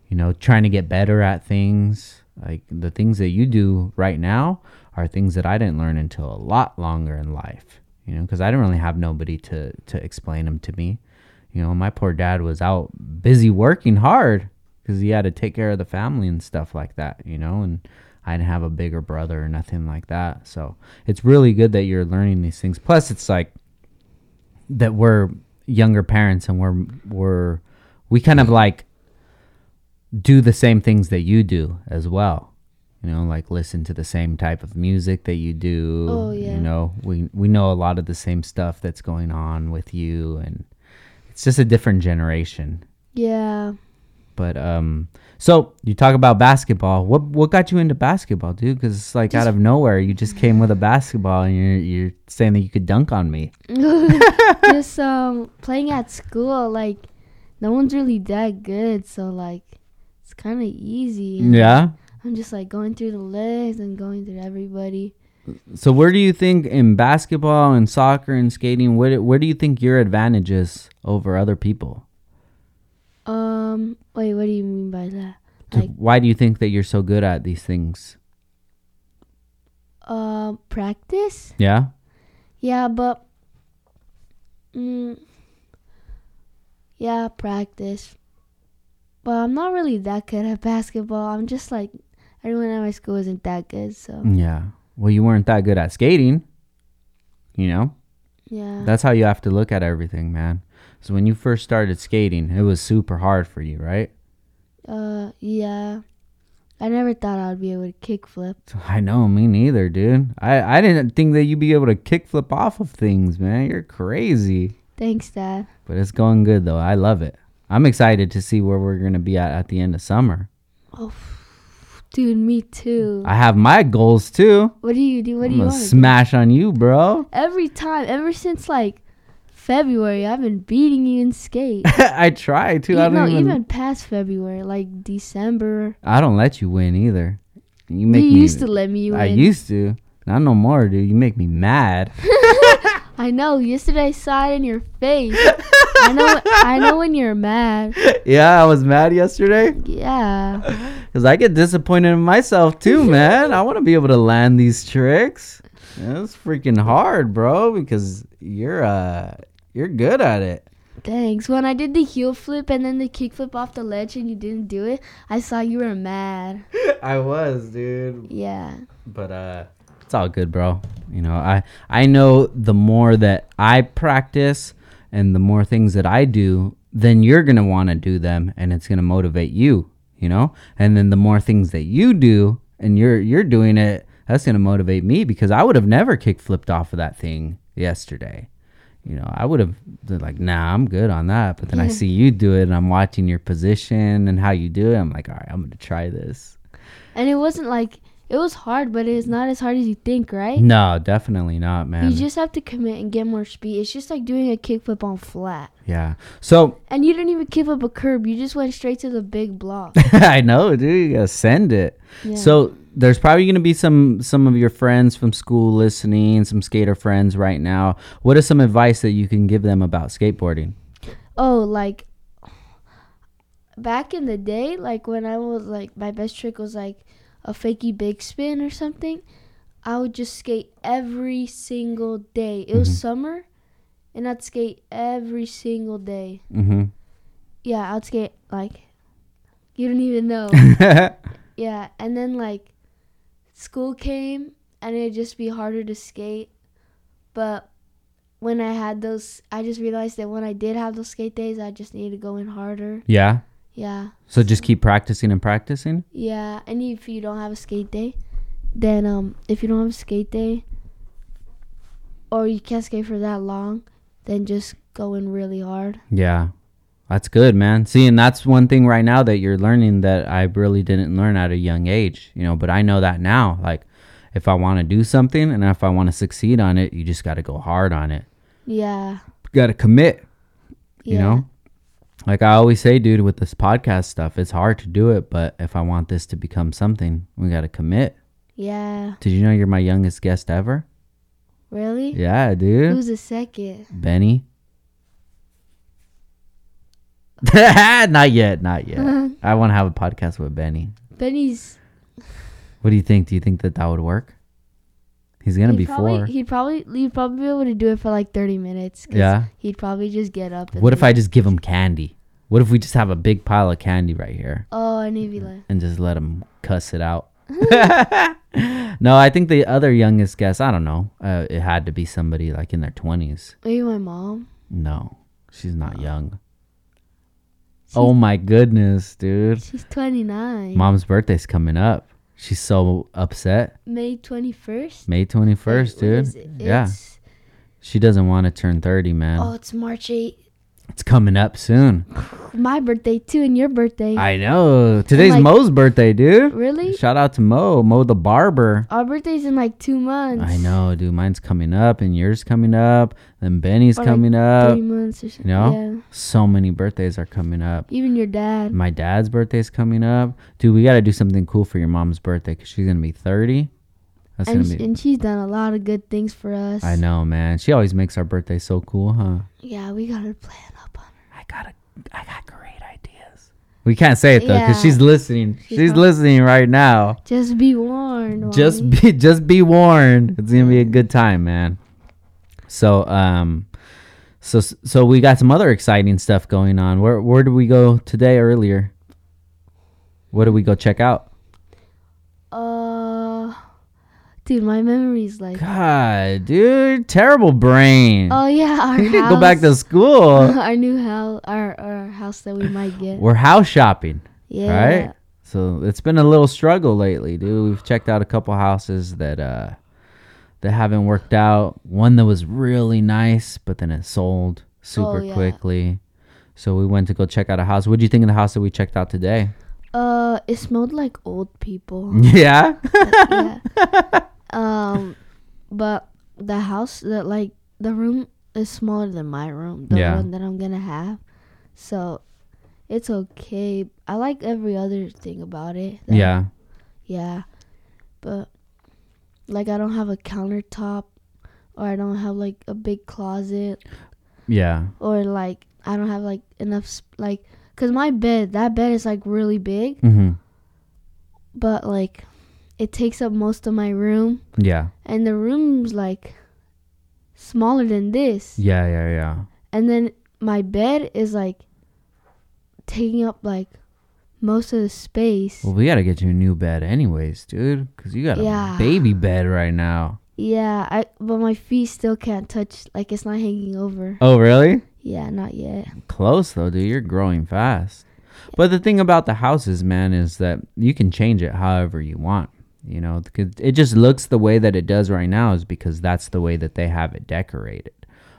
Speaker 1: you know trying to get better at things. Like the things that you do right now are things that I didn't learn until a lot longer in life, you know, because I didn't really have nobody to to explain them to me. You know, my poor dad was out busy working hard because he had to take care of the family and stuff like that, you know, and I didn't have a bigger brother or nothing like that. So it's really good that you're learning these things. Plus, it's like that we're younger parents and we're, we're, we kind of like do the same things that you do as well. You know, like listen to the same type of music that you do.
Speaker 2: Oh, yeah.
Speaker 1: You know, we we know a lot of the same stuff that's going on with you and it's just a different generation.
Speaker 2: Yeah. (laughs)
Speaker 1: But um, so you talk about basketball. What what got you into basketball, dude? Because it's like out of nowhere, you just came with a basketball, and you're you're saying that you could dunk on me.
Speaker 2: just um playing at school, like no one's really that good, so like it's kinda easy. And
Speaker 1: Yeah.
Speaker 2: I'm just like going through the legs and going through everybody.
Speaker 1: So where do you think in basketball and soccer and skating, where where do you think your advantage is over other people?
Speaker 2: Um wait, what do you mean by that?
Speaker 1: So
Speaker 2: Like-
Speaker 1: Why do you think that you're so good at these things?
Speaker 2: Um practice?
Speaker 1: Yeah.
Speaker 2: Yeah, but mm, yeah, practice. But I'm not really that good at basketball. I'm just like everyone at my school isn't that good, so
Speaker 1: Yeah. Well, you weren't that good at skating. You know.
Speaker 2: yeah.
Speaker 1: That's how you have to look at everything, man. So when you first started skating, it was super hard for you, right?
Speaker 2: Uh, yeah. I never thought I'd be able to kickflip.
Speaker 1: I know, me neither, dude. I, I didn't think that you'd be able to kickflip off of things, man. You're crazy.
Speaker 2: Thanks, Dad.
Speaker 1: But it's going good, though. I love it. I'm excited to see where we're going to be at at the end of summer.
Speaker 2: Oh, dude, me too.
Speaker 1: I have my goals, too.
Speaker 2: What do you do? What do
Speaker 1: I'm
Speaker 2: you
Speaker 1: going to
Speaker 2: want? do?
Speaker 1: smash on you, bro. (laughs)
Speaker 2: Every time, ever since like February, I've been beating you in
Speaker 1: (laughs)
Speaker 2: skate.
Speaker 1: I try to. I don't
Speaker 2: Even, no,
Speaker 1: even,
Speaker 2: even past February, like December.
Speaker 1: I don't let you win either. You
Speaker 2: You
Speaker 1: make me.
Speaker 2: used to let me win.
Speaker 1: I used to. Not no more, dude. You make me mad.
Speaker 2: I know. Yesterday, I saw it in your face. (laughs) I know. I know when you're mad.
Speaker 1: (laughs) yeah, I was mad yesterday.
Speaker 2: Yeah.
Speaker 1: Because I get disappointed in myself
Speaker 2: (laughs)
Speaker 1: too, man. I want to be able to land these tricks. That's freaking hard, bro. Because you're uh you're good at it.
Speaker 2: Thanks. When I did the heel flip and then the kick flip off the ledge and you didn't do it, I saw you were mad.
Speaker 1: (laughs) I was, dude.
Speaker 2: Yeah.
Speaker 1: But uh, it's all good, bro. You know, I I know the more that I practice and the more things that I do, then you're gonna want to do them, and it's gonna motivate you. You know, and then the more things that you do, and you're you're doing it, that's gonna motivate me because I would have never kick flipped off of that thing yesterday. You know, I would have been like, nah, I'm good on that. But (laughs) then I see you do it, and I'm watching your position and how you do it. I'm like, all right, I'm gonna try this.
Speaker 2: And it wasn't like It was hard, but it's not as hard as you think, right?
Speaker 1: No, definitely not, man.
Speaker 2: You just have to commit and get more speed. It's just like doing a kickflip on flat.
Speaker 1: yeah. So (laughs)
Speaker 2: And you didn't even kick up a curb. You just went straight to the big block.
Speaker 1: I know, dude. You gotta send it.
Speaker 2: Yeah.
Speaker 1: So there's probably gonna be some some of your friends from school listening, some skater friends right now. What is some advice that you can give them about skateboarding?
Speaker 2: oh, like back in the day, like when I was like my best trick was like a fakey big spin or something. I would just skate every single day. It was summer, and I'd skate every single day.
Speaker 1: Mm-hmm.
Speaker 2: Yeah, I'd skate like you don't even know. Yeah, and then like school came and it'd just be harder to skate. But when I had those, I just realized that when I did have those skate days, I just needed to go in harder.
Speaker 1: (laughs) yeah.
Speaker 2: Yeah,
Speaker 1: So just keep practicing and practicing.
Speaker 2: yeah. And if you don't have a skate day, then um, if you don't have a skate day, or you can't skate for that long, then just go in really hard.
Speaker 1: Yeah. That's good, man. See, and that's one thing right now that you're learning that I really didn't learn at a young age, you know, but I know that now. Like, if I want to do something and if I want to succeed on it, you just got to go hard on it.
Speaker 2: Yeah,
Speaker 1: Got to commit,
Speaker 2: yeah,
Speaker 1: you know? Like I always say, dude, with this podcast stuff, it's hard to do it, but if I want this to become something, we got to commit.
Speaker 2: yeah.
Speaker 1: Did you know you're my youngest guest ever?
Speaker 2: Really?
Speaker 1: Yeah, dude.
Speaker 2: Who's the second?
Speaker 1: Benny. (laughs) not yet, not
Speaker 2: (laughs)
Speaker 1: yet. I want to have a podcast with Benny.
Speaker 2: Benny's
Speaker 1: What do you think? Do you think that that would work? He's gonna be
Speaker 2: he'd probably,
Speaker 1: four.
Speaker 2: He'd probably he'd probably be able to do it for like thirty minutes. 'cause
Speaker 1: Yeah.
Speaker 2: He'd probably just get up. And
Speaker 1: What if I just give him candy? What if we just have a big pile of candy right here
Speaker 2: Oh, and he'd be like,
Speaker 1: and just let him cuss it
Speaker 2: (laughs)
Speaker 1: out? (laughs) no, I think the other youngest guest. I don't know. Uh, it had to be somebody like in their twenties.
Speaker 2: maybe my mom.
Speaker 1: No, she's not young. oh my goodness, dude!
Speaker 2: She's twenty nine.
Speaker 1: Mom's birthday's coming up. She's so upset.
Speaker 2: May twenty first.
Speaker 1: May 21st, dude. Yeah. She doesn't want to turn 30, man.
Speaker 2: Oh, it's March eighth.
Speaker 1: It's coming up soon.
Speaker 2: My birthday too, and your birthday.
Speaker 1: I know. Today's
Speaker 2: like-
Speaker 1: Mo's birthday, dude.
Speaker 2: really?
Speaker 1: Shout out to Mo, Mo the barber.
Speaker 2: Our birthday's in like two months.
Speaker 1: I know, dude. Mine's coming up and yours coming up. Then Benny's
Speaker 2: Or like
Speaker 1: coming up.
Speaker 2: Three months or something.
Speaker 1: know? So many birthdays are coming up.
Speaker 2: Yeah. Even your dad.
Speaker 1: My dad's birthday's coming up. Dude, we got to do something cool for your mom's birthday because she's going to be 30. That's
Speaker 2: And,
Speaker 1: going to
Speaker 2: sh-
Speaker 1: be.
Speaker 2: and she's done a lot of good things for us.
Speaker 1: I know, man. She always makes our birthday so cool, huh?
Speaker 2: Yeah, we got her plan up on her.
Speaker 1: I got a, I got great ideas. We can't say it though, cause
Speaker 2: Yeah.
Speaker 1: she's listening. She's,
Speaker 2: not-
Speaker 1: listening right now.
Speaker 2: Just be warned.
Speaker 1: Just
Speaker 2: Wally.
Speaker 1: be, (laughs) just be warned. It's gonna be a good time, man. So, um, so so we got some other exciting stuff going on. Where where did we go today? Earlier, what did we go check out?
Speaker 2: Uh, dude, my memory's like.
Speaker 1: God, dude, terrible brain. (laughs)
Speaker 2: Oh yeah, our
Speaker 1: you need to
Speaker 2: house.
Speaker 1: go back to
Speaker 2: (laughs)
Speaker 1: school.
Speaker 2: our new house, our our house that we might get.
Speaker 1: We're house shopping.
Speaker 2: Yeah.
Speaker 1: right? So it's been a little struggle lately, dude. We've checked out a couple houses that uh that haven't worked out. One that was really nice, but then it sold super
Speaker 2: Oh, yeah.
Speaker 1: quickly. So we went to go check out a house. What would you think of the house that we checked out
Speaker 2: (laughs)
Speaker 1: today?
Speaker 2: Uh, it smelled like old people.
Speaker 1: Yeah.
Speaker 2: yeah. Um, but the house that like the room is smaller than my room, the
Speaker 1: Yeah.
Speaker 2: one that I'm gonna have. So, it's okay. I like every other thing about it. that-
Speaker 1: yeah.
Speaker 2: Yeah. But like I don't have a countertop or I don't have like a big closet
Speaker 1: Yeah.
Speaker 2: or like I don't have like enough sp- like cuz my bed that bed is like really big
Speaker 1: hmm
Speaker 2: but like it takes up most of my room
Speaker 1: Yeah.
Speaker 2: and the room's like smaller than this
Speaker 1: Yeah. Yeah. Yeah.
Speaker 2: and then my bed is like taking up like most of the space
Speaker 1: Well, we gotta get you a new bed, anyways, dude. Cause you got a
Speaker 2: Yeah.
Speaker 1: baby bed right now.
Speaker 2: yeah I but my feet still can't touch like it's not hanging over
Speaker 1: Oh, really?
Speaker 2: yeah not yet
Speaker 1: close though, dude. You're growing fast. But the thing about the houses, man, is that you can change it however you want. You know, 'cause it just looks the way that it does right now is because that's the way that they have it decorated.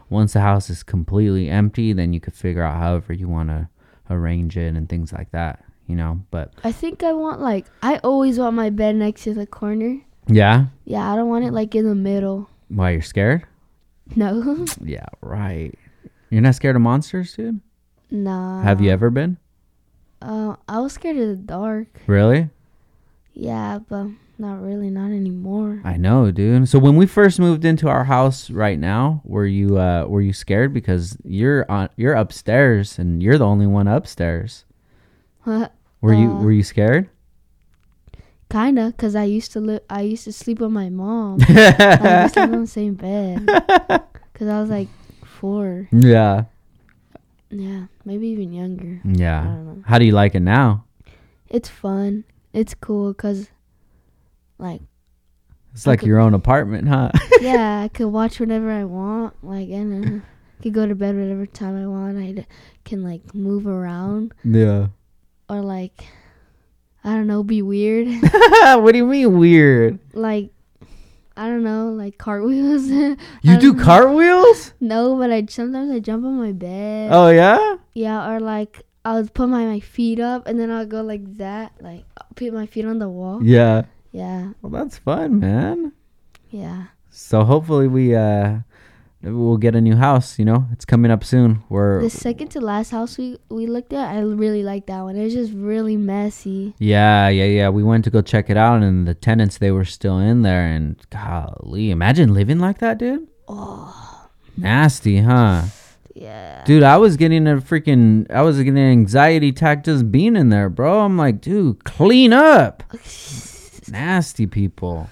Speaker 1: Once the house is completely empty, then you could figure out however you want to arrange it and things like that. you know. But
Speaker 2: I think I want like I always want my bed next to the corner.
Speaker 1: yeah,
Speaker 2: Yeah, I don't want it like in the middle. (laughs)
Speaker 1: why you're scared?
Speaker 2: No, (laughs)
Speaker 1: Yeah, right. You're not scared of monsters, dude.
Speaker 2: nah.
Speaker 1: Have you ever been?
Speaker 2: Uh, I was scared of the dark.
Speaker 1: Really?
Speaker 2: Yeah, but not really, not anymore. (laughs)
Speaker 1: I know, dude. So when we first moved into our house right now, were you uh were you scared because you're on you're upstairs and you're the only one upstairs. Were you
Speaker 2: Uh.
Speaker 1: were you scared?
Speaker 2: Kinda, cause I used to live. I used to sleep with my mom. like, we slept on the same bed. Cause I was like four.
Speaker 1: (laughs) yeah.
Speaker 2: Yeah, maybe even younger. I
Speaker 1: Yeah.
Speaker 2: don't know.
Speaker 1: How do you like it now?
Speaker 2: It's fun. It's cool cause, like,
Speaker 1: It's like your own apartment, huh? (laughs)
Speaker 2: yeah, I could watch whenever I want. Like, and I could go to bed whatever time I want. I d- can like move around
Speaker 1: yeah.
Speaker 2: or like, I don't know, be weird.
Speaker 1: (laughs)
Speaker 2: (laughs)
Speaker 1: what do you mean weird?
Speaker 2: like, I don't know, like cartwheels. (laughs)
Speaker 1: You
Speaker 2: I
Speaker 1: do
Speaker 2: don't know.
Speaker 1: cartwheels?
Speaker 2: No, but I sometimes I jump on my bed.
Speaker 1: Oh yeah?
Speaker 2: Yeah, or like I'll put my, my feet up and then I'll go like that, like I'll put my feet on the wall.
Speaker 1: Yeah.
Speaker 2: Yeah,
Speaker 1: Well, that's fun, man.
Speaker 2: yeah.
Speaker 1: So hopefully we uh we'll get a new house, you know? It's coming up soon. We're
Speaker 2: The second to last house we we looked at, I really liked that one. It was just really messy.
Speaker 1: Yeah, yeah, yeah. We went to go check it out, and the tenants they were still in there. And golly, imagine living like that, dude.
Speaker 2: Oh,
Speaker 1: Nasty, huh?
Speaker 2: yeah. (laughs)
Speaker 1: Dude, I was getting a freaking, I was getting an anxiety attack just being in there, bro. I'm like, dude, clean up. Nasty people.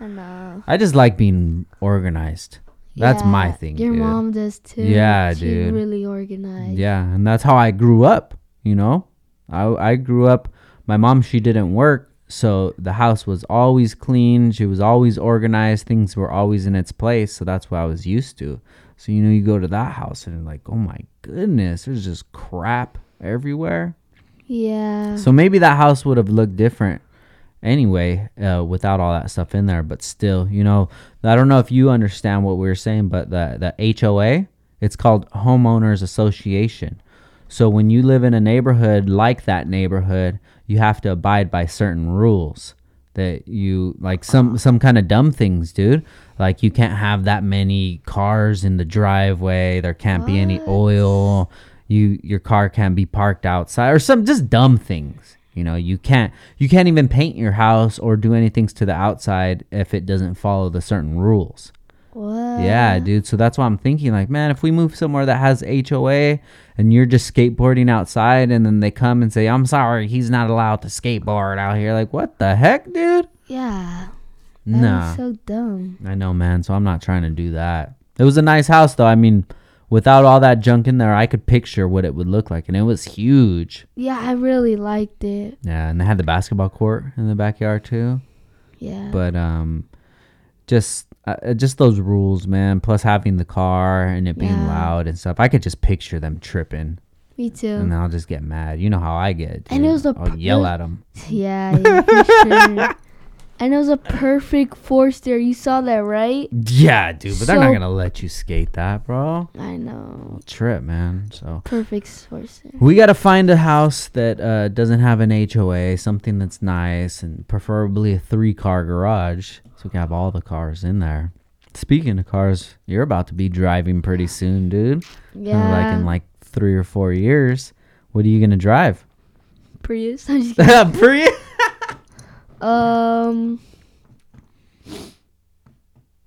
Speaker 2: I know.
Speaker 1: I just like being organized. That's my
Speaker 2: Yeah,
Speaker 1: thing,
Speaker 2: Your
Speaker 1: dude.
Speaker 2: mom does too.
Speaker 1: Yeah,
Speaker 2: She's
Speaker 1: dude.
Speaker 2: Really organized.
Speaker 1: Yeah, and that's how I grew up. You know, I I grew up. My mom she didn't work, so the house was always clean. She was always organized. Things were always in its place. So that's what I was used to. So you know, you go to that house and like, oh my goodness, there's just crap everywhere.
Speaker 2: Yeah.
Speaker 1: So maybe that house would have looked different anyway uh, without all that stuff in there. But still, you know, I don't know if you understand what we were saying, but the the HOA, it's called homeowners association. So when you live in a neighborhood like that neighborhood, you have to abide by certain rules that you like some some kind of dumb things, dude. Like you can't have that many cars in the driveway. There can't be any oil. You your car can't be parked outside or some just dumb things. You know, you can't you can't even paint your house or do anything to the outside if it doesn't follow the certain rules.
Speaker 2: what?
Speaker 1: Yeah, dude. So that's why I'm thinking, like, man, if we move somewhere that has HOA and you're just skateboarding outside and then they come and say, I'm sorry, he's not allowed to skateboard out here. Like, what the heck, dude?
Speaker 2: Yeah. That is
Speaker 1: Nah.
Speaker 2: so dumb.
Speaker 1: I know, man. So I'm not trying to do that. It was a nice house, though. I mean, without all that junk in there, I could picture what it would look like. And it was huge.
Speaker 2: Yeah, I really liked it.
Speaker 1: Yeah. And they had the basketball court in the backyard, too.
Speaker 2: Yeah.
Speaker 1: but um just uh, uh, just those rules man plus having the car and it being
Speaker 2: Yeah.
Speaker 1: loud and stuff i could just picture them tripping
Speaker 2: Me too.
Speaker 1: and i'll just get mad you know how i get
Speaker 2: And it
Speaker 1: dude.
Speaker 2: was the
Speaker 1: i'll
Speaker 2: pu-
Speaker 1: yell
Speaker 2: it was-
Speaker 1: at them
Speaker 2: Yeah, yeah
Speaker 1: (laughs)
Speaker 2: for sure. And it was a perfect four stair. You saw that, right?
Speaker 1: yeah dude but they're not
Speaker 2: So-
Speaker 1: gonna let you skate that bro
Speaker 2: I know.
Speaker 1: trip man so
Speaker 2: Perfect four stair.
Speaker 1: we gotta find a house that uh, doesn't have an hoa something that's nice and preferably a three car garage so we can have all the cars in there speaking of cars you're about to be driving pretty soon dude
Speaker 2: Yeah.
Speaker 1: like in like three or four years. What are you gonna drive? (laughs)
Speaker 2: Prius. (laughs) I'm just kidding.
Speaker 1: Prius.
Speaker 2: um.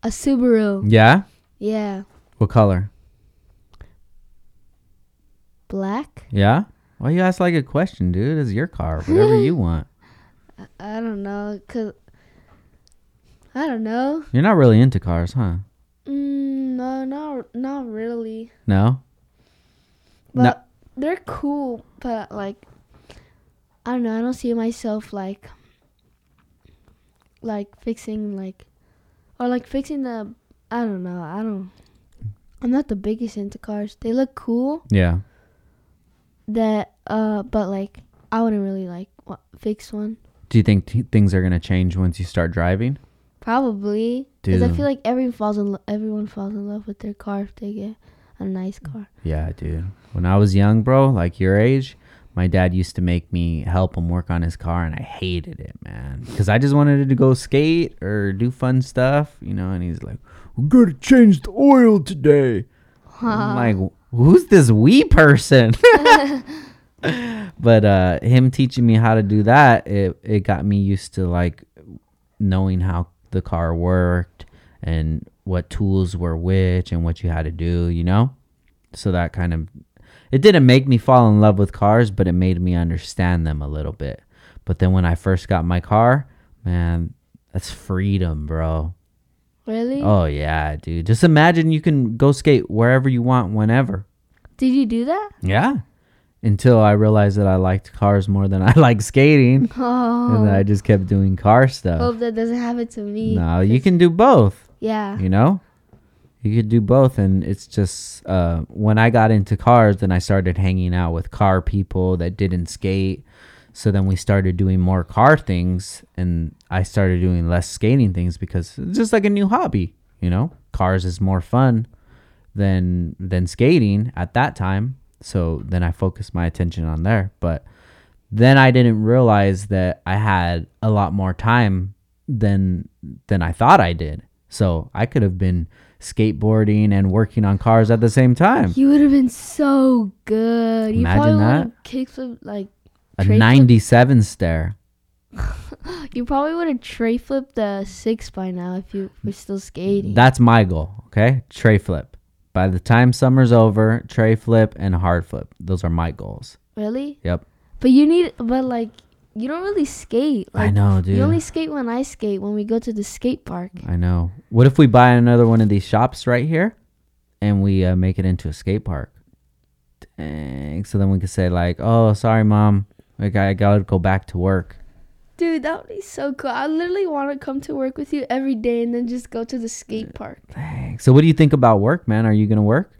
Speaker 2: A Subaru.
Speaker 1: Yeah.
Speaker 2: Yeah.
Speaker 1: What color?
Speaker 2: Black?
Speaker 1: Yeah. Why you ask like a question, dude? It's your car, whatever you want.
Speaker 2: I, I don't know. Cause. I don't know.
Speaker 1: You're not really into cars, huh?
Speaker 2: Mm, no, not, not really.
Speaker 1: No.
Speaker 2: But
Speaker 1: No.
Speaker 2: they're cool, but like I don't know, I don't see myself like like fixing like or like fixing the I don't know, I don't I'm not the biggest into cars. They look cool
Speaker 1: Yeah.
Speaker 2: that uh but like I wouldn't really like wa- fix one.
Speaker 1: Do you think t- things are gonna change once you start driving?
Speaker 2: Probably because I
Speaker 1: Dude.
Speaker 2: feel like everyone falls in lo- everyone falls in love with their car if they get a nice car.
Speaker 1: Yeah, dude. When I was young, bro, like your age, my dad used to make me help him work on his car, and I hated it, man, because I just wanted to go skate or do fun stuff, you know. And he's like, "We're gonna change the oil today." I'm like, "Who's this we person?" (laughs) but uh, him teaching me how to do that, it it got me used to like knowing how the car worked and what tools were which and what you had to do, you know? So that kind of it didn't make me fall in love with cars, but it made me understand them a little bit. But then when I first got my car, man, that's freedom, bro.
Speaker 2: Really?
Speaker 1: Oh yeah, dude. Just imagine you can go skate wherever you want whenever.
Speaker 2: Did you do that? (laughs)
Speaker 1: Yeah. Until I realized that I liked cars more than I (laughs) liked skating,
Speaker 2: Oh.
Speaker 1: and then I just kept doing car stuff.
Speaker 2: Hope that doesn't happen to me.
Speaker 1: No, you can do both.
Speaker 2: Yeah.
Speaker 1: you know you could do both and it's just uh, when i got into cars then i started hanging out with car people that didn't skate so then we started doing more car things and i started doing less skating things because it's just like a new hobby you know cars is more fun than than skating at that time so then i focused my attention on there but then i didn't realize that i had a lot more time than than i thought i did so i could have been skateboarding and working on cars at the same time
Speaker 2: You would have been so good. You
Speaker 1: Imagine
Speaker 2: probably
Speaker 1: that.
Speaker 2: would have kickflip like
Speaker 1: a
Speaker 2: Trade flip-
Speaker 1: 97 stair
Speaker 2: you probably would have tray flipped the six by now if you were still skating.
Speaker 1: that's my goal okay tray flip by the time summer's over tray flip and hard flip those are my goals
Speaker 2: really?
Speaker 1: yep
Speaker 2: But you need but like you don't really skate.
Speaker 1: i
Speaker 2: Like,
Speaker 1: know dude
Speaker 2: You only skate when I skate when we go to the skate park.
Speaker 1: I know. What if we buy another one of these shops right here, and we uh, make it into a skate park? Dang. So then we could say like, "Oh, sorry, mom. Like I gotta go back to work."
Speaker 2: Dude, that would be so cool. I literally want to come to work with you every day and then just go to the skate park.
Speaker 1: Dang. So what do you think about work, man? Are you gonna work?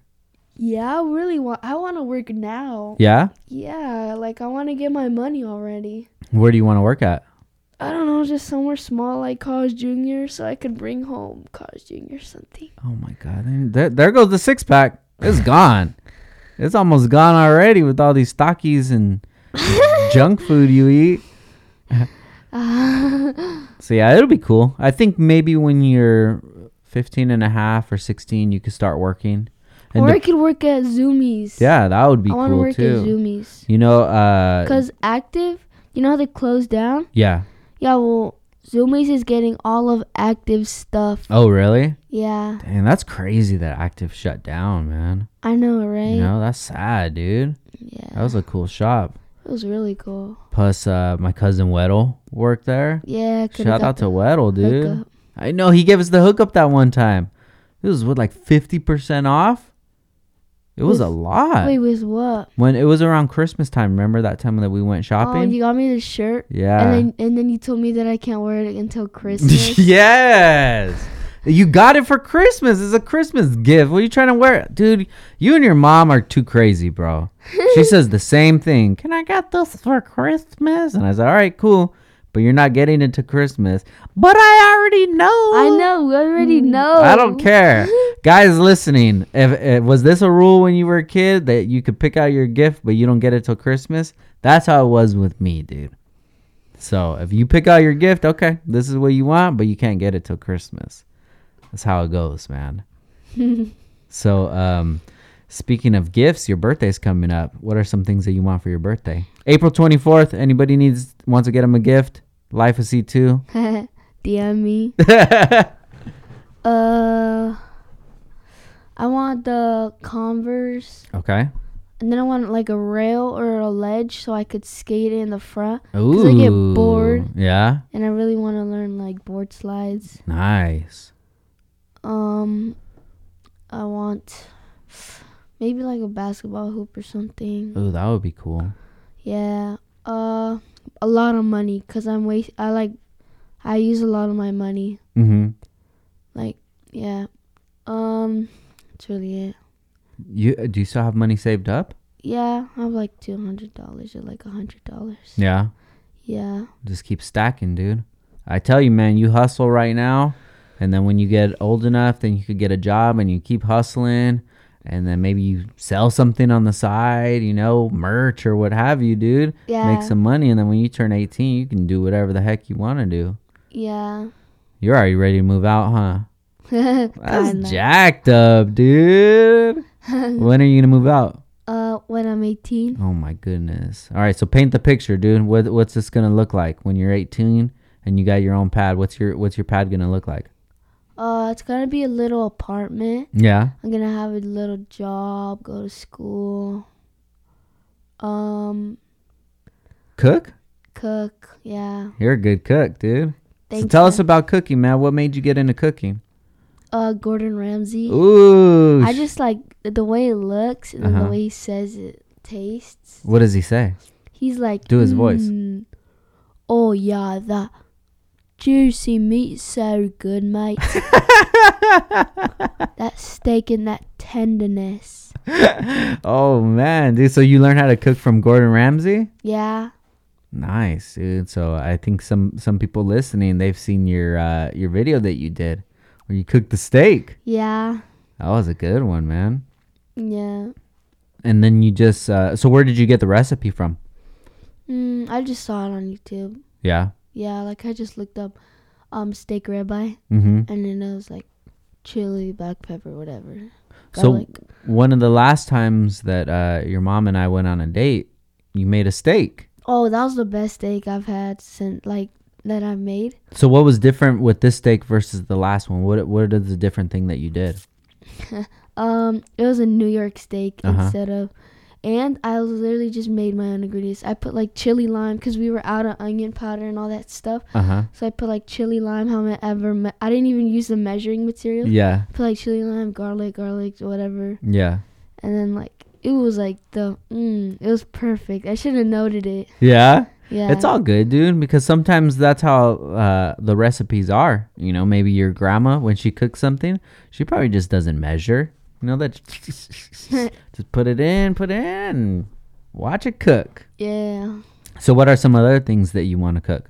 Speaker 2: Yeah, I really want I want to work now.
Speaker 1: Yeah.
Speaker 2: Yeah, like I want to get my money already.
Speaker 1: Where do you want to work at?
Speaker 2: I don't know, just somewhere small like College Junior so I could bring home College Junior or something. (laughs)
Speaker 1: Oh my God! There- There, there goes the six pack. It's gone. It's almost gone already with all these stockies and junk food you eat. So yeah, it'll be cool. I think maybe when you're 15 and a half or 16, you could start working. And
Speaker 2: or I
Speaker 1: the-
Speaker 2: could work at Zoomies.
Speaker 1: yeah, that would be
Speaker 2: I want to
Speaker 1: cool
Speaker 2: work at
Speaker 1: too.
Speaker 2: Zoomies.
Speaker 1: You know, uh,
Speaker 2: Because Active, you know how they closed down?
Speaker 1: yeah.
Speaker 2: Yeah, well, Zoomies is getting all of Active stuff.
Speaker 1: Oh, really?
Speaker 2: Yeah,
Speaker 1: Dang, that's crazy that Active shut down, man.
Speaker 2: I know, right?
Speaker 1: You know, that's sad, dude.
Speaker 2: Yeah,
Speaker 1: That was a cool shop.
Speaker 2: it was really cool.
Speaker 1: Plus, uh, my cousin Weddle worked there.
Speaker 2: Yeah, coulda
Speaker 1: Shout
Speaker 2: got
Speaker 1: out to
Speaker 2: the
Speaker 1: Weddle, dude.
Speaker 2: hookup.
Speaker 1: I know he gave us the hookup that one time. It was what like fifty percent off. It was a
Speaker 2: With-
Speaker 1: lot.
Speaker 2: Wait, with what?
Speaker 1: When it was around Christmas time, remember that time that we went
Speaker 2: Oh,
Speaker 1: shopping?
Speaker 2: you got me the shirt,
Speaker 1: yeah. (laughs)
Speaker 2: and then and then you told me that I can't wear it until Christmas.
Speaker 1: yes. You got it for Christmas. It's a Christmas gift. What are you trying to wear? Dude, you and your mom are too crazy,
Speaker 2: (laughs)
Speaker 1: bro. she says the same thing. Can I get this for Christmas? And I said, All right, cool. But you're not getting it to Christmas. But I already know.
Speaker 2: I know, we already know.
Speaker 1: Mm. I don't care. Guys listening, if, if was this a rule when you were a kid that you could pick out your gift but you don't get it till Christmas? That's how it was with me, dude. So if you pick out your gift, okay, this is what you want, but you can't get it till Christmas. That's how it goes, man. so um speaking of gifts, your birthday's coming up. What are some things that you want for your birthday? April twenty fourth, anybody needs wants to get them a gift? Life of C two. (laughs)
Speaker 2: (laughs) DM me. Uh, I want the Converse,
Speaker 1: okay.
Speaker 2: and then I want like a rail or a ledge so I could skate in the front.
Speaker 1: Ooh.
Speaker 2: I get bored.
Speaker 1: Yeah.
Speaker 2: And I really want to learn like board slides.
Speaker 1: Nice.
Speaker 2: Um, I want maybe like a basketball hoop or something.
Speaker 1: Ooh, that would be cool.
Speaker 2: Yeah. Uh, a lot of money because I'm waste. I like, I use a lot of my money.
Speaker 1: Mm-hmm.
Speaker 2: Like, yeah. Um, that's really it.
Speaker 1: You uh, do you still have money saved up?
Speaker 2: Yeah, I have like two hundred dollars or like a hundred dollars.
Speaker 1: Yeah.
Speaker 2: Yeah.
Speaker 1: Just keep stacking, dude. I tell you, man, you hustle right now, and then when you get old enough, then you could get a job, and you keep hustling, and then maybe you sell something on the side, you know, merch or what have you, dude.
Speaker 2: Yeah.
Speaker 1: Make some money, and then when you turn 18, you can do whatever the heck you want to do.
Speaker 2: Yeah.
Speaker 1: You're already ready to move out, huh? That's
Speaker 2: (laughs) Kinda.
Speaker 1: jacked up, dude.
Speaker 2: (laughs)
Speaker 1: when are you gonna move out?
Speaker 2: uh, when I'm 18,
Speaker 1: Oh my goodness. All right, so paint the picture, dude. What, what's this gonna look like when you're 18 and you got your own pad? What's your what's your pad gonna look like?
Speaker 2: uh, it's gonna be a little apartment.
Speaker 1: Yeah.
Speaker 2: I'm gonna have a little job, go to school, um,
Speaker 1: Cook.
Speaker 2: cook. Yeah.
Speaker 1: You're a good cook, dude. so
Speaker 2: Thanks,
Speaker 1: tell
Speaker 2: man.
Speaker 1: us about cooking, man. What made you get into cooking?
Speaker 2: Uh, Gordon Ramsay.
Speaker 1: Ooh.
Speaker 2: I
Speaker 1: sh-
Speaker 2: just like the way it looks and then
Speaker 1: Uh-huh.
Speaker 2: the way he says it tastes.
Speaker 1: What does he say?
Speaker 2: (laughs) He's like,
Speaker 1: Do his voice.
Speaker 2: "Mm, Oh yeah, that juicy meat's so
Speaker 1: (laughs)
Speaker 2: good, mate. that steak and that tenderness.
Speaker 1: oh man, dude. So you learned how to cook from Gordon Ramsay?
Speaker 2: Yeah,
Speaker 1: Nice, dude. So I think some some people listening they've seen your uh, your video that you did where you cooked the steak.
Speaker 2: yeah,
Speaker 1: That was a good one, man.
Speaker 2: yeah.
Speaker 1: And then you just uh, so where did you get the recipe from?
Speaker 2: Mm, I just saw it on YouTube.
Speaker 1: Yeah.
Speaker 2: Yeah, like I just looked up um steak ribeye
Speaker 1: Mm-hmm.
Speaker 2: and then it was like chili, black pepper, whatever.
Speaker 1: So-
Speaker 2: Garlic.
Speaker 1: One of the last times that uh, your mom and I went on a date, you made a steak.
Speaker 2: oh, that was the best steak I've had since like that I've made.
Speaker 1: So what was different with this steak versus the last one? What what is the different thing that you did?
Speaker 2: Um, it was a New York steak
Speaker 1: Uh-huh.
Speaker 2: instead of, and I literally just made my own ingredients. I put like chili lime because we were out of onion powder and all that stuff,
Speaker 1: Uh huh.
Speaker 2: so I put like chili lime. However, me- I didn't even use the measuring material.
Speaker 1: Yeah.
Speaker 2: Put like chili lime, garlic, garlic, whatever,
Speaker 1: Yeah.
Speaker 2: and then like it was like the mm, it was perfect. I should have noted it.
Speaker 1: Yeah.
Speaker 2: Yeah,
Speaker 1: It's all good, dude, because sometimes that's how uh, the recipes are. You know, maybe your grandma, when she cooks something, she probably just doesn't measure. You know, that (laughs) just put it in, put it in, and watch it cook.
Speaker 2: Yeah.
Speaker 1: So, what are some other things that you want to cook?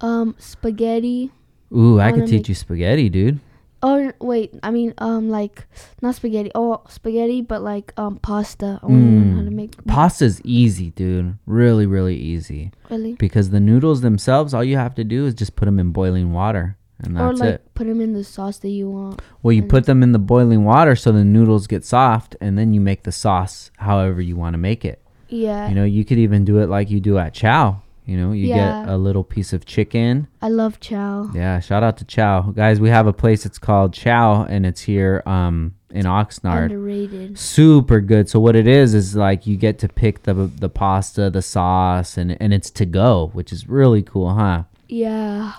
Speaker 2: Um, spaghetti.
Speaker 1: Ooh, I,
Speaker 2: I
Speaker 1: could
Speaker 2: wanna
Speaker 1: teach
Speaker 2: make-
Speaker 1: you spaghetti, dude.
Speaker 2: Oh wait, I mean um like not spaghetti. Oh spaghetti, but like um pasta. I wanna learn how to
Speaker 1: Mm.
Speaker 2: make
Speaker 1: Pasta's easy, dude. Really, really easy.
Speaker 2: really.
Speaker 1: Because the noodles themselves, all you have to do is just put them in boiling water, and that's
Speaker 2: or like
Speaker 1: it.
Speaker 2: put them in the sauce that you want.
Speaker 1: Well, you
Speaker 2: And-
Speaker 1: put them in the boiling water so the noodles get soft, and then you make the sauce however you want to make it.
Speaker 2: Yeah,
Speaker 1: You know, you could even do it like you do at Chow. You know, you get
Speaker 2: Yeah.
Speaker 1: a little piece of chicken.
Speaker 2: I love chow.
Speaker 1: Yeah, shout out to Chow. Guys, we have a place it's called Chow, and it's here um, in Oxnard.
Speaker 2: Underrated.
Speaker 1: Super good. So what it is is like you get to pick the the pasta, the sauce, and and it's to go, which is really cool, huh?
Speaker 2: Yeah,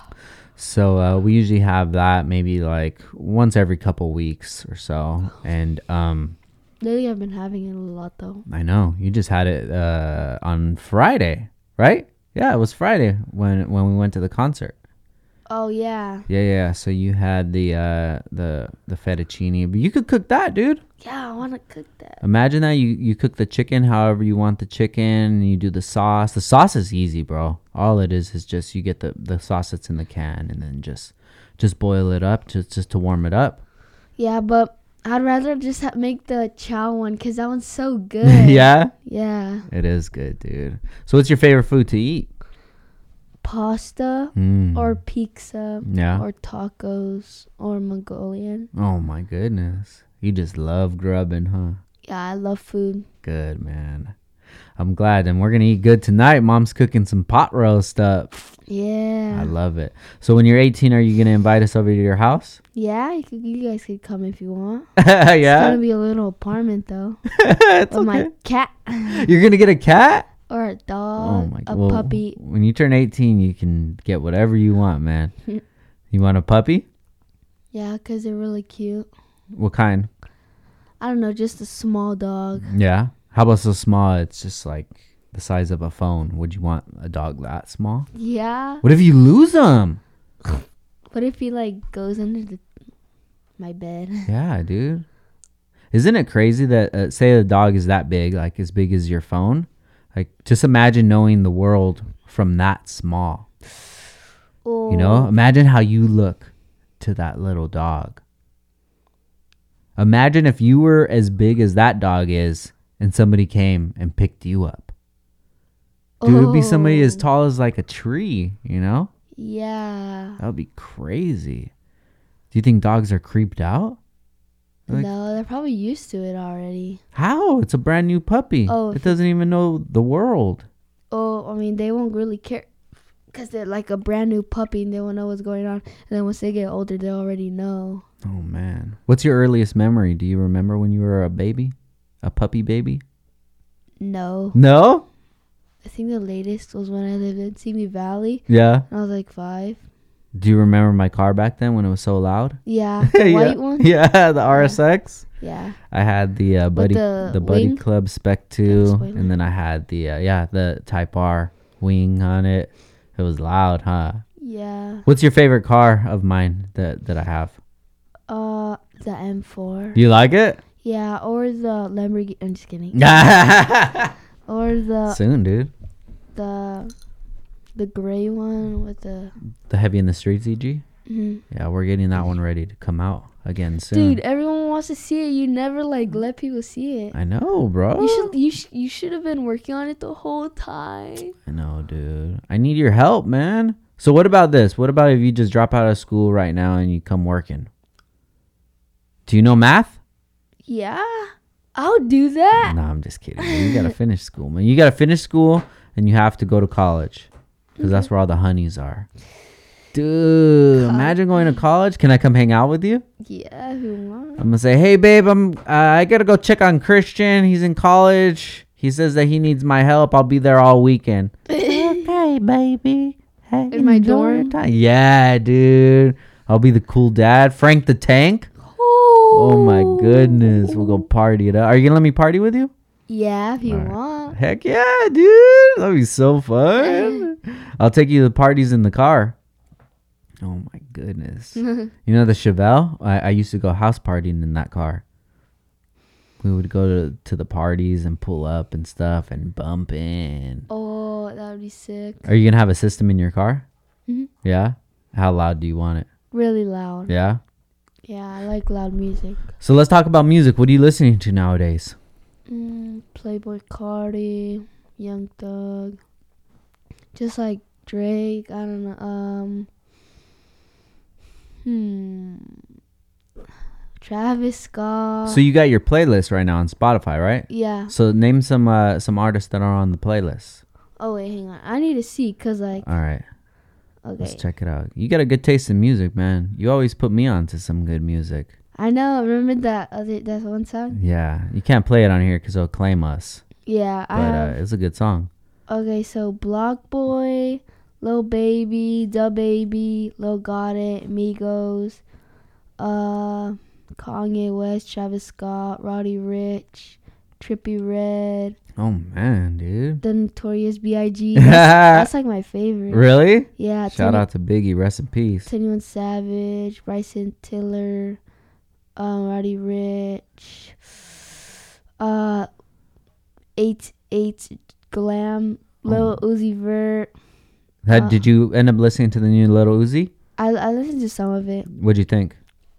Speaker 1: So uh, we usually have that maybe like once every couple weeks or so, and um,
Speaker 2: lately I've been having it a lot though.
Speaker 1: I know you just had it uh, on Friday, right? Yeah, it was Friday when when we went to the concert.
Speaker 2: Oh yeah,
Speaker 1: Yeah, yeah. So you had the uh, the the fettuccine, but you could cook that, dude.
Speaker 2: yeah. I wanna cook that.
Speaker 1: Imagine that you you cook the chicken however you want the chicken, and you do the sauce. The sauce is easy, bro. All it is is just you get the the sauce that's in the can, and then just just boil it up just just to warm it up. (laughs)
Speaker 2: Yeah, but I'd rather just ha- make the chow one because that one's
Speaker 1: (laughs)
Speaker 2: so good.
Speaker 1: yeah,
Speaker 2: Yeah,
Speaker 1: it is good, dude. So what's your favorite food to eat?
Speaker 2: pasta
Speaker 1: Mm.
Speaker 2: or pizza
Speaker 1: yeah.
Speaker 2: or tacos or Mongolian.
Speaker 1: Oh my goodness. You just love grubbing, huh?
Speaker 2: Yeah, I love food.
Speaker 1: Good, man. I'm glad. And we're going to eat good tonight. Mom's cooking some pot roast up. I
Speaker 2: Yeah,
Speaker 1: love it. So, when you're 18, are you going to invite us over to your house? (laughs)
Speaker 2: yeah. You, could, you guys could come if you want. It's
Speaker 1: yeah.
Speaker 2: gonna be a little apartment though.
Speaker 1: (laughs) It's
Speaker 2: with my
Speaker 1: okay.
Speaker 2: cat.
Speaker 1: You're going to get a cat?
Speaker 2: or a dog,
Speaker 1: Oh my
Speaker 2: a
Speaker 1: god. Well,
Speaker 2: puppy.
Speaker 1: When you turn 18, you can get whatever you want,
Speaker 2: (laughs)
Speaker 1: man. you want a puppy?
Speaker 2: Yeah, because they're really cute.
Speaker 1: What kind?
Speaker 2: I don't know, just a small dog.
Speaker 1: Yeah. How about so small? It's just like the size of a phone. Would you want a dog that small?
Speaker 2: Yeah.
Speaker 1: What if you lose them?
Speaker 2: What if he like goes under the my bed? (laughs)
Speaker 1: Yeah, dude. Isn't it crazy that uh, say a dog is that big, like as big as your phone? Like just imagine knowing the world from that small.
Speaker 2: Oh,
Speaker 1: You know, imagine how you look to that little dog. Imagine if you were as big as that dog is and somebody came and picked you up. Dude, it'd be somebody as
Speaker 2: Oh,
Speaker 1: tall as like a tree, you know?
Speaker 2: Yeah.
Speaker 1: That would be crazy. Do you think dogs are creeped out? Like-
Speaker 2: no, they're probably used to it already.
Speaker 1: How? It's a brand new puppy.
Speaker 2: Oh,
Speaker 1: it doesn't even know the world.
Speaker 2: Oh, I mean, they won't really care because they're like a brand new puppy and they won't know what's going on. And then once they get older, they already know.
Speaker 1: Oh man. What's your earliest memory? Do you remember when you were a baby? A puppy baby?
Speaker 2: No.
Speaker 1: No?
Speaker 2: I think the latest was when I lived in Simi Valley
Speaker 1: Yeah.
Speaker 2: and I was like five.
Speaker 1: Do you remember my car back then when it was so loud?
Speaker 2: Yeah.
Speaker 1: (laughs)
Speaker 2: The
Speaker 1: yeah.
Speaker 2: white one?
Speaker 1: (laughs) Yeah, the RSX.
Speaker 2: Yeah.
Speaker 1: I had the uh, buddy
Speaker 2: the
Speaker 1: the, buddy
Speaker 2: wing?
Speaker 1: club spec
Speaker 2: was
Speaker 1: 2
Speaker 2: way
Speaker 1: and then I had the uh, yeah, the Type R wing on it. It was loud, huh?
Speaker 2: Yeah.
Speaker 1: What's your favorite car of mine that that I have?
Speaker 2: Uh, the M4.
Speaker 1: Do you like it? (laughs)
Speaker 2: Yeah, or the Lamborghini. I'm just kidding. Uh,
Speaker 1: Soon,
Speaker 2: Or the
Speaker 1: dude.
Speaker 2: the the gray one with the.
Speaker 1: The heavy in the streets EG?
Speaker 2: Mhm.
Speaker 1: Yeah, we're getting that one ready to come out again soon.
Speaker 2: Dude, everyone wants to see it. You never like let people see it.
Speaker 1: I know, bro.
Speaker 2: You should you sh- you should have been working on it the whole time.
Speaker 1: I know, dude. I need your help, man. So what about this? What about if you just drop out of school right now and you come working? Do you know math?
Speaker 2: Yeah, I'll do that.
Speaker 1: No, I'm just kidding. man. You
Speaker 2: (laughs)
Speaker 1: gotta finish school, man. You gotta finish school and you have to go to college because
Speaker 2: Mm-hmm.
Speaker 1: that's where all the honeys are. Dude, imagine going to college. Can I come hang out with you?
Speaker 2: Yeah, who wants?
Speaker 1: I'm gonna say, hey, babe, I'm uh, I gotta go check on Christian. He's in college. He says that he needs my help. I'll be there all
Speaker 2: (laughs)
Speaker 1: weekend. (laughs) okay, baby. Hey,
Speaker 2: In my
Speaker 1: enjoy your
Speaker 2: dorm?
Speaker 1: time. Yeah, dude. I'll be the cool dad, Frank the Tank. Oh my goodness, we'll go party it up. Are you gonna let me party with you?
Speaker 2: Yeah, if you
Speaker 1: Alright.
Speaker 2: want.
Speaker 1: Heck yeah, dude. That'd be so fun. I'll take you to parties in the car. Oh my goodness. you know the Chevelle? I, I used to go house partying in that car. We would go to, to the parties and pull up and stuff and bump in.
Speaker 2: Oh, that would be sick.
Speaker 1: Are you gonna have a system in your car?
Speaker 2: Mhm.
Speaker 1: Yeah. How loud do you want it?
Speaker 2: Really loud.
Speaker 1: Yeah.
Speaker 2: Yeah, I like loud music.
Speaker 1: So let's talk about music. What are you listening to nowadays?
Speaker 2: Mm, Playboy Cardi, Young Thug, just like Drake. I don't know. Um, hmm, Travis Scott.
Speaker 1: so you got your playlist right now on Spotify, right?
Speaker 2: Uh, yeah.
Speaker 1: So name some uh, some artists that are on the playlist.
Speaker 2: Oh wait, hang on. I need to see cause like
Speaker 1: All right. Let's
Speaker 2: okay,
Speaker 1: check it out. You got a good taste in music, man. You always put me on to some good music.
Speaker 2: I know. Remember that other that one song?
Speaker 1: Yeah, you can't play it on here because it'll claim us.
Speaker 2: Yeah,
Speaker 1: But
Speaker 2: I have.
Speaker 1: uh, it's a good song.
Speaker 2: Okay, so Block Boy, Lil Baby, Da Baby, Lil Got It, Migos, uh, Kanye West, Travis Scott, Roddy Rich, Trippy Red,
Speaker 1: Oh man, dude.
Speaker 2: The
Speaker 1: (laughs)
Speaker 2: Notorious B.I.G. That's, that's, like my favorite.
Speaker 1: really?
Speaker 2: Yeah,
Speaker 1: Shout
Speaker 2: 20
Speaker 1: out to Biggie. Rest in peace.
Speaker 2: 21 Savage, Bryson Tiller, um, Roddy Rich, uh, 8 8 Glam,
Speaker 1: Um.
Speaker 2: Lil Uzi Vert.
Speaker 1: Had-
Speaker 2: Uh,
Speaker 1: did you end up listening to the new Little Uzi?
Speaker 2: I, I listened to some of it.
Speaker 1: What'd you think?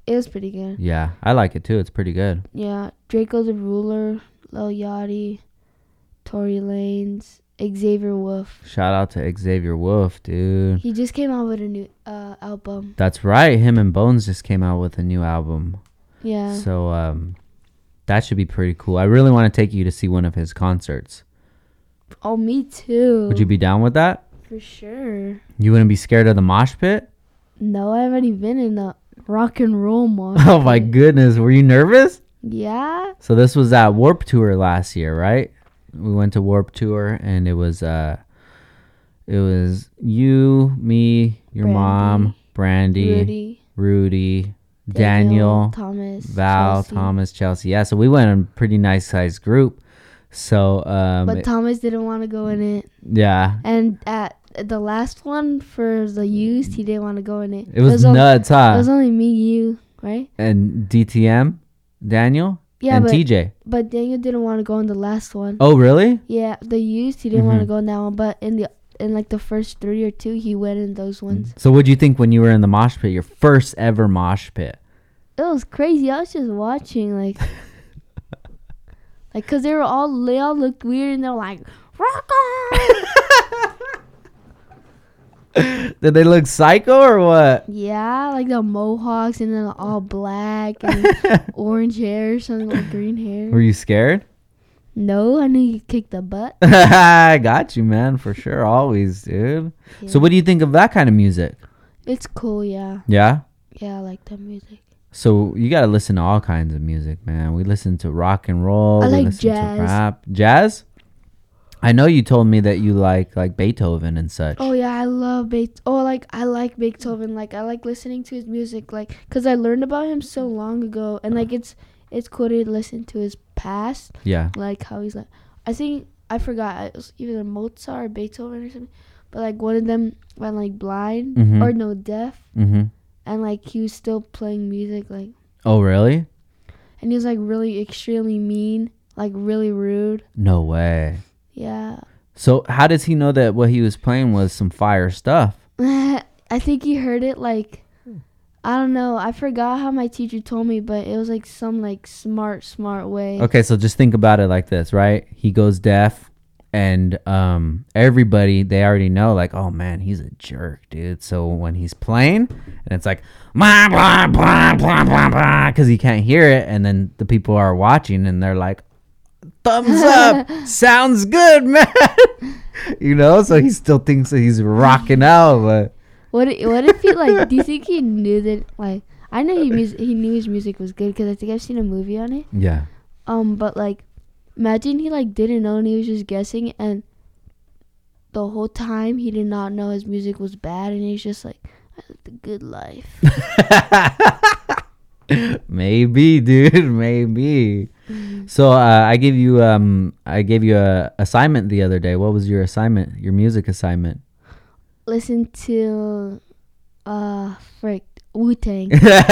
Speaker 2: It was pretty good.
Speaker 1: Yeah, I like it too. It's pretty good.
Speaker 2: Yeah, Draco the Ruler, Lil Yachty, Tory Lanez, Xavier Wolf.
Speaker 1: Shout out to Xavier Wolf, dude.
Speaker 2: He just came out with a new uh, album.
Speaker 1: That's right. Him and Bones just came out with a new album.
Speaker 2: Yeah.
Speaker 1: So um, that should be pretty cool. I really want to take you to see one of his concerts.
Speaker 2: oh, me too.
Speaker 1: Would you be down with that?
Speaker 2: For sure.
Speaker 1: You wouldn't be scared of the mosh pit? (laughs)
Speaker 2: No, I've already been in a rock and roll month.
Speaker 1: Oh my goodness, were you nervous?
Speaker 2: Yeah.
Speaker 1: So this was that Warp Tour last year, right? We went to Warp Tour and it was uh it was you, me, your mom, Brandy, Rudy,
Speaker 2: Rudy,
Speaker 1: Daniel,
Speaker 2: Thomas,
Speaker 1: Val,
Speaker 2: Chelsea.
Speaker 1: Thomas, Chelsea. Yeah, so we went in a pretty nice sized group. So um
Speaker 2: But Thomas didn't want to go in it.
Speaker 1: yeah.
Speaker 2: And at the last one for the used, he didn't want to go in it.
Speaker 1: It was,
Speaker 2: on-
Speaker 1: nuts,
Speaker 2: It
Speaker 1: huh?
Speaker 2: was only me, you, right?
Speaker 1: and DTM, Daniel,
Speaker 2: Yeah,
Speaker 1: and
Speaker 2: but
Speaker 1: TJ.
Speaker 2: but Daniel didn't want to go in the last one.
Speaker 1: Oh really?
Speaker 2: Yeah, the used he didn't want to
Speaker 1: Mhm.
Speaker 2: go in that one, but in the in like the first three or
Speaker 1: Mm.
Speaker 2: two, he went in those ones. (laughs)
Speaker 1: So what would you think when you were in the mosh pit, your first ever mosh pit?
Speaker 2: it was crazy. I was just watching
Speaker 1: (laughs)
Speaker 2: like, like, cause they were all they all looked weird and they're like, rock on.
Speaker 1: Did they look psycho or what?
Speaker 2: (laughs) yeah, like the mohawks and then all black and
Speaker 1: (laughs)
Speaker 2: orange hair, or something like green hair.
Speaker 1: Were you scared? (laughs)
Speaker 2: No, I knew you kicked the butt.
Speaker 1: I got you, man, for sure. Always, dude. So,
Speaker 2: Yeah.
Speaker 1: what do you think of that kind of music?
Speaker 2: It's cool, yeah,
Speaker 1: Yeah.
Speaker 2: yeah. I like that music.
Speaker 1: So you gotta listen to all kinds of music, man. We listen to rock and roll.
Speaker 2: I
Speaker 1: we
Speaker 2: like
Speaker 1: listen
Speaker 2: jazz.
Speaker 1: to rap, jazz. I know you told me that you like like Beethoven and such.
Speaker 2: Oh yeah, I love Beethoven. Oh, like I like Beethoven. Like I like listening to his music. Like because I learned about him so long ago, and like it's it's cool to listen to his past.
Speaker 1: yeah.
Speaker 2: Like how he's like, I think I forgot it was either Mozart or Beethoven or something. But like one of them went like blind
Speaker 1: Mhm.
Speaker 2: or no deaf,
Speaker 1: Mm-hmm.
Speaker 2: and like he was still playing music. Like
Speaker 1: Oh really?
Speaker 2: and he was like really extremely mean, like really rude.
Speaker 1: No way.
Speaker 2: Yeah,
Speaker 1: So how does he know that what he was playing was some fire stuff?
Speaker 2: (laughs) I think he heard it like
Speaker 1: Hmm.
Speaker 2: I don't know. I forgot how my teacher told me, but it was like some like smart, smart way.
Speaker 1: Okay, so just think about it like this, right? He goes deaf and um everybody they already know like, "Oh man, he's a jerk, dude." So when he's playing and it's like blah blah blah blah blah blah cuz he can't hear it and then the people are watching and they're like, "Thumbs up. Sounds good, man." (laughs) you know, so he still thinks that he's rocking out, but
Speaker 2: (laughs) What i- what if he like? do you think he knew that? Like I know he mus- he knew his music was good because I think I've seen a movie on it.
Speaker 1: yeah.
Speaker 2: Um, but like, imagine he like didn't know and he was just guessing, and the whole time he did not know his music was bad, and he's just like, I live the good
Speaker 1: (laughs)
Speaker 2: life.
Speaker 1: maybe, dude. Maybe. So uh, I gave you um I gave you a assignment the other day. What was your assignment? Your music assignment. (laughs)
Speaker 2: Listen to, uh, frick, Wu Tang.
Speaker 1: (laughs)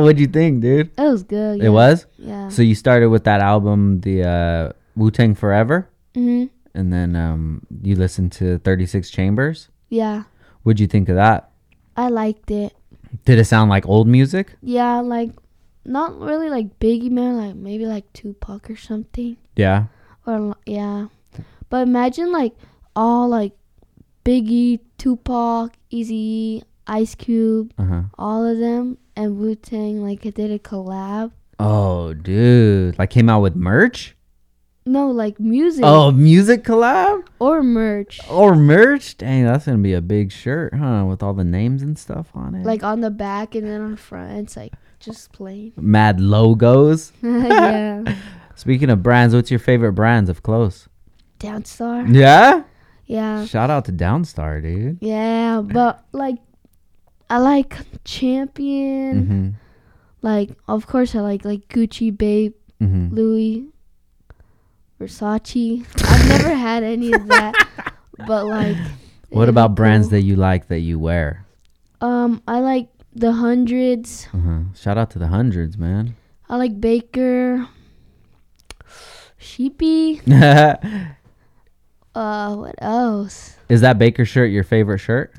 Speaker 1: What'd you think, dude?
Speaker 2: It was good. yeah.
Speaker 1: It was.
Speaker 2: Yeah.
Speaker 1: So you started with that album, the uh, Wu Tang Forever,
Speaker 2: hmm
Speaker 1: and then um you listened to Thirty Six Chambers.
Speaker 2: Yeah.
Speaker 1: What'd you think of that?
Speaker 2: I liked it.
Speaker 1: Did it sound like old music?
Speaker 2: Yeah, like not really like Biggie man, like maybe like Tupac or something.
Speaker 1: Yeah.
Speaker 2: Or l- yeah. But imagine like all like Biggie, Tupac, Easy, Ice Cube,
Speaker 1: Uh huh.
Speaker 2: all of them and Wu Tang like I did a collab.
Speaker 1: Oh, dude! Like came out with merch.
Speaker 2: No, like music
Speaker 1: Oh, music collab.
Speaker 2: or merch.
Speaker 1: Or merch? Dang, that's gonna be a big shirt, huh? With all the names and stuff on it.
Speaker 2: Like on the back and then on the front, it's like just
Speaker 1: (laughs)
Speaker 2: plain. (laughs)
Speaker 1: mad logos.
Speaker 2: yeah.
Speaker 1: Speaking of brands, what's your favorite brands of clothes? Mm.
Speaker 2: Downstar.
Speaker 1: Yeah.
Speaker 2: Yeah.
Speaker 1: Shout out to Downstar, dude.
Speaker 2: Yeah, but like, I like Champion.
Speaker 1: hmm
Speaker 2: Like, of course, I like like Gucci, Babe,
Speaker 1: hmm
Speaker 2: Louis, Versace.
Speaker 1: (laughs)
Speaker 2: I've never had any of that, but like.
Speaker 1: What
Speaker 2: it'd
Speaker 1: about
Speaker 2: be
Speaker 1: brands
Speaker 2: cool.
Speaker 1: that you like that you wear?
Speaker 2: Um, I like the hundreds.
Speaker 1: Uh-huh. Shout out to the hundreds, man. (laughs)
Speaker 2: I like Baker. Sheepy.
Speaker 1: Is
Speaker 2: Uh, what else?
Speaker 1: that Baker shirt your favorite shirt?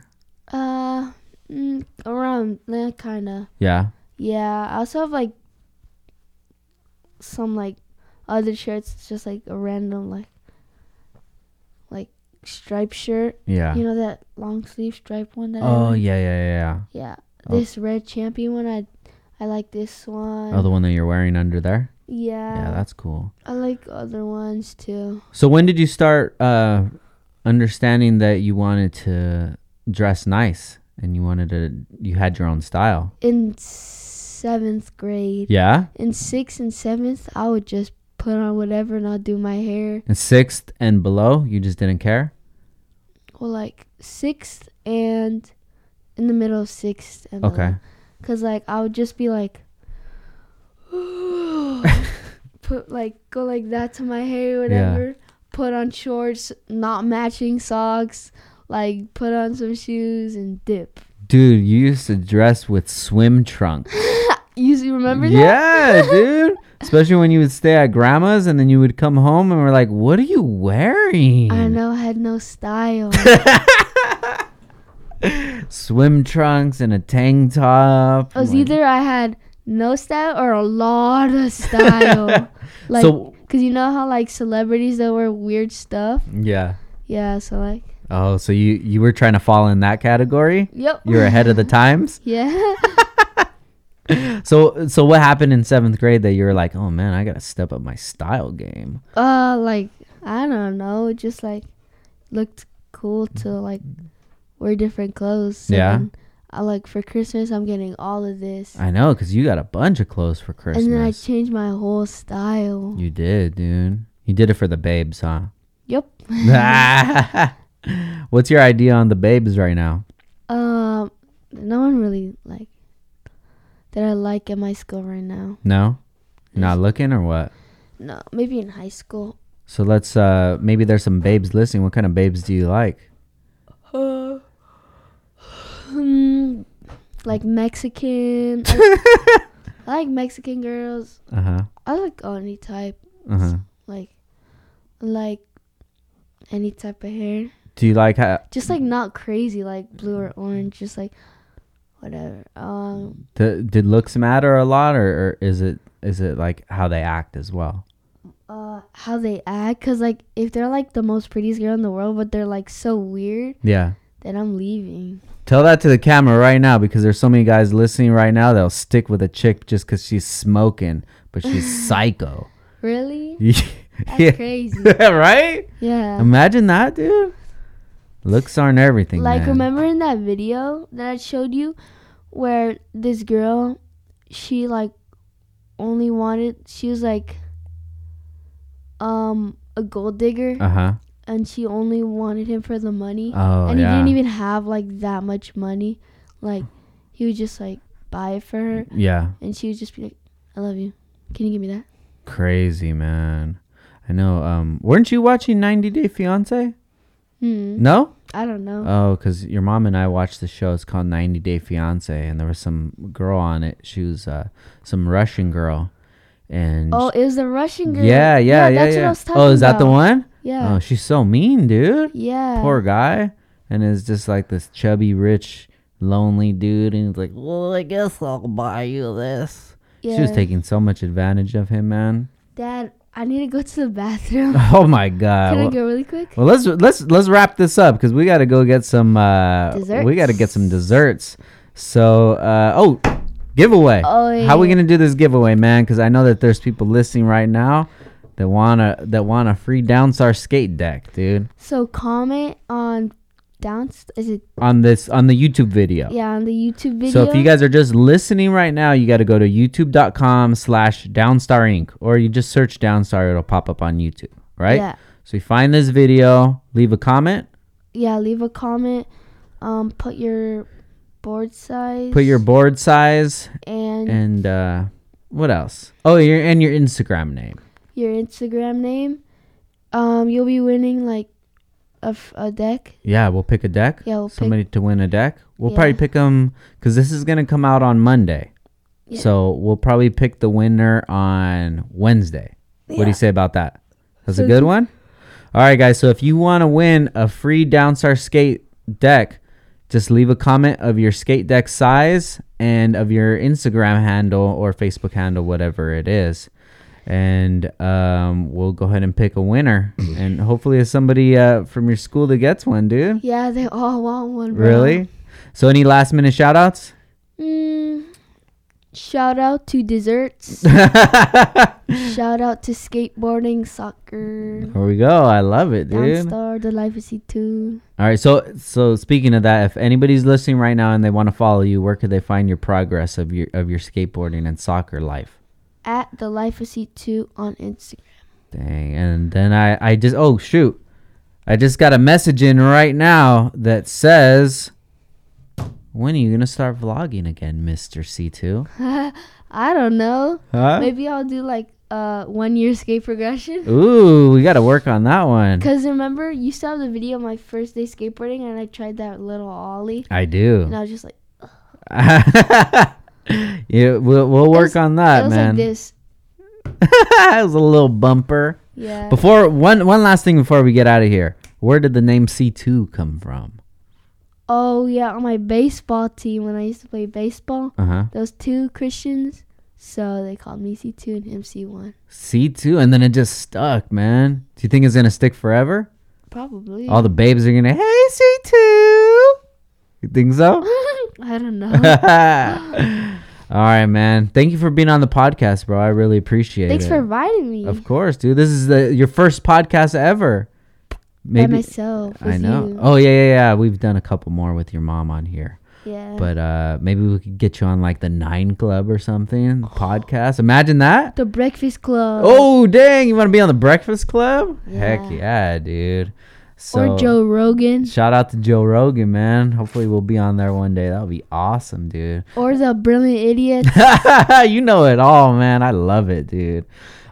Speaker 2: Uh, mm, around that kind of.
Speaker 1: Yeah.
Speaker 2: Yeah, I also have like some like other shirts. It's just like a random like like striped shirt.
Speaker 1: Yeah.
Speaker 2: You know um, that long sleeve stripe one that. I
Speaker 1: Oh
Speaker 2: like?
Speaker 1: yeah, yeah, yeah.
Speaker 2: yeah.
Speaker 1: Oh.
Speaker 2: This red champion one, I I like this one.
Speaker 1: yeah. Oh, the one that you're wearing under there.
Speaker 2: yeah,
Speaker 1: Yeah, that's cool.
Speaker 2: I like other ones too.
Speaker 1: So when did you start uh, understanding that you wanted to dress nice and you wanted to you had your own style?
Speaker 2: In seventh grade,
Speaker 1: Yeah.
Speaker 2: in sixth and seventh, I would just put on whatever and I'll do my hair.
Speaker 1: And sixth and below, you just didn't care.
Speaker 2: Well, like sixth and in the middle of sixth and below.
Speaker 1: Okay.
Speaker 2: Cause like I would just
Speaker 1: (laughs)
Speaker 2: be like, put like go like that to my hair, whatever. Put on shorts, not matching socks. Like put on some shoes and dip.
Speaker 1: Dude, you used to dress with swim trunks.
Speaker 2: You s- remember that?
Speaker 1: yeah,
Speaker 2: (laughs)
Speaker 1: dude. Especially when you would stay at grandma's and then you would come home and we're like, "What are you wearing?"
Speaker 2: I know I had
Speaker 1: (laughs)
Speaker 2: no style.
Speaker 1: Swim trunks and a tank top.
Speaker 2: It was
Speaker 1: Like,
Speaker 2: Oh, either I had no style or a
Speaker 1: (laughs)
Speaker 2: lot of style. like,
Speaker 1: so
Speaker 2: cause you know how like celebrities that wear weird stuff.
Speaker 1: yeah.
Speaker 2: Yeah, so like,
Speaker 1: Oh, so you you were trying to fall in that category?
Speaker 2: yep.
Speaker 1: You're
Speaker 2: (laughs)
Speaker 1: ahead of the times.
Speaker 2: yeah.
Speaker 1: So so what happened in seventh grade that you were like, oh man, I gotta step up my style game.
Speaker 2: Uh, like I don't know, it just like looked cool to like wear different clothes. So
Speaker 1: Mm-hmm. Yeah.
Speaker 2: then I like for Christmas, I'm getting all of this,
Speaker 1: I know, cause you got a bunch of clothes for Christmas.
Speaker 2: and then I changed my whole style.
Speaker 1: you did, dude. You did it for the babes, huh? (laughs)
Speaker 2: Yep.
Speaker 1: What's your idea on the babes right now?
Speaker 2: Um, no one really like that I like at my school right now.
Speaker 1: No? You're not looking or what?
Speaker 2: No, maybe in high school. (clears throat)
Speaker 1: So let's uh maybe there's some babes listening. What kind of babes do you like?
Speaker 2: Uh, hmm,
Speaker 1: (laughs)
Speaker 2: like Mexican. I, like- I like Mexican girls.
Speaker 1: Uh-huh.
Speaker 2: I like any type.
Speaker 1: Uh-huh.
Speaker 2: like like any type of hair
Speaker 1: Do you like ha-
Speaker 2: just like not crazy like blue or orange just like whatever um
Speaker 1: d- did looks matter a lot or, or is it is it like how they act as well?
Speaker 2: uh how they act because like if they're like the most prettiest girl in the world but they're like so weird
Speaker 1: Yeah.
Speaker 2: then i'm leaving
Speaker 1: Tell that to the camera right now because there's so many guys listening right now that'll stick with a chick just cuz she's smoking, but
Speaker 2: (laughs)
Speaker 1: she's psycho. (laughs)
Speaker 2: really that's
Speaker 1: yeah.
Speaker 2: crazy
Speaker 1: (laughs) right?
Speaker 2: yeah
Speaker 1: Imagine that, dude. Looks aren't everything.
Speaker 2: like
Speaker 1: man.
Speaker 2: remember in that video that i showed you where this girl she like only wanted she was like um a gold digger
Speaker 1: Uh huh.
Speaker 2: and she only wanted him for the money.
Speaker 1: Oh
Speaker 2: and
Speaker 1: yeah.
Speaker 2: he didn't even have like that much money. Like he would just like buy it for her
Speaker 1: yeah.
Speaker 2: and she would just be like, I love you. Can you give me that?
Speaker 1: Crazy man. I know. Um, weren't you watching 90 Day Fiance?
Speaker 2: Hmm.
Speaker 1: No.
Speaker 2: I don't know.
Speaker 1: Mm. Oh, because your mom and I watched the show. It's called 90 Day Fiance, and there was some girl on it. She was uh, some Russian girl, and
Speaker 2: oh, it was the Russian girl.
Speaker 1: yeah, yeah, yeah, yeah.
Speaker 2: That's what I was talking
Speaker 1: oh, is that the
Speaker 2: about.
Speaker 1: one?
Speaker 2: Yeah.
Speaker 1: Oh, she's so mean, dude.
Speaker 2: yeah.
Speaker 1: Poor guy, and it's just like this chubby, rich, lonely dude, and he's like, "Well, I guess I'll buy you this."
Speaker 2: yeah.
Speaker 1: She was taking so much advantage of him, man. (laughs)
Speaker 2: Dad, I need to go to the bathroom.
Speaker 1: Oh my god.
Speaker 2: Can I
Speaker 1: Well,
Speaker 2: go really quick?
Speaker 1: well, let's let's let's wrap this up because we got to go get some. Uh, We got to get some desserts. So, uh, oh, giveaway.
Speaker 2: Oh,
Speaker 1: How we
Speaker 2: yeah.
Speaker 1: gonna do this giveaway, man? Because I know that there's people listening right now that wanna that want a free Downstar skate deck, dude.
Speaker 2: So comment on down is it
Speaker 1: On this on the YouTube video.
Speaker 2: yeah on the YouTube video.
Speaker 1: So if you guys are just listening right now, you got to go to youtube.com slash downstar inc or you just search downstar, it'll pop up on YouTube, right?
Speaker 2: Yeah.
Speaker 1: So you find this video, leave a comment,
Speaker 2: yeah leave a comment, um put your board size.
Speaker 1: put your board size,
Speaker 2: and
Speaker 1: and uh, what else? Oh, your and your Instagram name.
Speaker 2: your Instagram name, um, you'll be winning like a, f- a deck.
Speaker 1: Yeah, we'll pick a deck.
Speaker 2: Yeah, we'll pick-
Speaker 1: somebody to win a deck. We'll
Speaker 2: Yeah.
Speaker 1: probably pick them because this is gonna come out on Monday,
Speaker 2: Yeah.
Speaker 1: so we'll probably pick the winner on Wednesday. What do
Speaker 2: Yeah.
Speaker 1: you say about that? That's a
Speaker 2: So
Speaker 1: good
Speaker 2: do-
Speaker 1: one. All right, guys. So if you want to win a free Downstar Skate deck, just leave a comment of your skate deck size and of your Instagram handle or Facebook handle, whatever it is. And um, we'll go ahead and pick a winner. and hopefully, it's somebody uh, from your school that gets one, dude.
Speaker 2: Yeah, they all want one. bro.
Speaker 1: Really? So, any last minute shout outs? (laughs)
Speaker 2: Mm, shout out to
Speaker 1: (laughs)
Speaker 2: desserts.
Speaker 1: There
Speaker 2: shout out to skateboarding, soccer,
Speaker 1: we go. I love it, dude.
Speaker 2: Downstar, the Life is two.
Speaker 1: All right, so so speaking of that, if anybody's listening right now and they want to follow you, where could they find your progress of your of your skateboarding and soccer life?
Speaker 2: At the Life is two on Instagram.
Speaker 1: Dang, and then I I just oh shoot, I just got a message in right now that says, "When are you gonna start vlogging again, Mister C 2
Speaker 2: I don't know.
Speaker 1: Huh?
Speaker 2: Maybe I'll do like uh one year skate progression. (laughs)
Speaker 1: Ooh, we gotta work on that one.
Speaker 2: Cause remember you saw the video of my first day skateboarding and I tried that little ollie
Speaker 1: I do.
Speaker 2: and I was just like.
Speaker 1: (laughs) yeah, we'll we'll work
Speaker 2: was-
Speaker 1: on that,
Speaker 2: it was
Speaker 1: man.
Speaker 2: like this.
Speaker 1: (laughs) it was a little bumper.
Speaker 2: Yeah.
Speaker 1: Before one one last thing before we get out of here, where did the name C two come from?
Speaker 2: oh yeah, on my baseball team when I used to play baseball,
Speaker 1: Uh huh.
Speaker 2: those two Christians, So they called me C2 and him C1.
Speaker 1: C2, and then it just stuck, man. Do you think it's gonna stick forever?
Speaker 2: Probably.
Speaker 1: All the babes are gonna, hey, C2. You think so?
Speaker 2: (laughs)
Speaker 1: (laughs)
Speaker 2: I don't know.
Speaker 1: All right, man. Thank you for being on the podcast, bro. I really appreciate
Speaker 2: Thanks
Speaker 1: it.
Speaker 2: for inviting me
Speaker 1: Of course, dude. This is the your first podcast ever.
Speaker 2: by
Speaker 1: Maybe
Speaker 2: myself. With
Speaker 1: I know.
Speaker 2: You.
Speaker 1: Oh yeah, yeah, yeah. We've done a couple more with your mom on here,
Speaker 2: yeah.
Speaker 1: but uh maybe we could get you on like the Nine Club or
Speaker 2: (gasps)
Speaker 1: something podcast. Imagine that.
Speaker 2: the Breakfast Club.
Speaker 1: Oh dang! You want to be on the Breakfast Club? Heck
Speaker 2: Yeah.
Speaker 1: yeah, dude. So
Speaker 2: or Joe Rogan.
Speaker 1: shout out to Joe Rogan, man. Hopefully we'll be on there one day. That would be awesome, dude.
Speaker 2: Or the Brilliant Idiot.
Speaker 1: (laughs) you know it all, man. I love it, dude.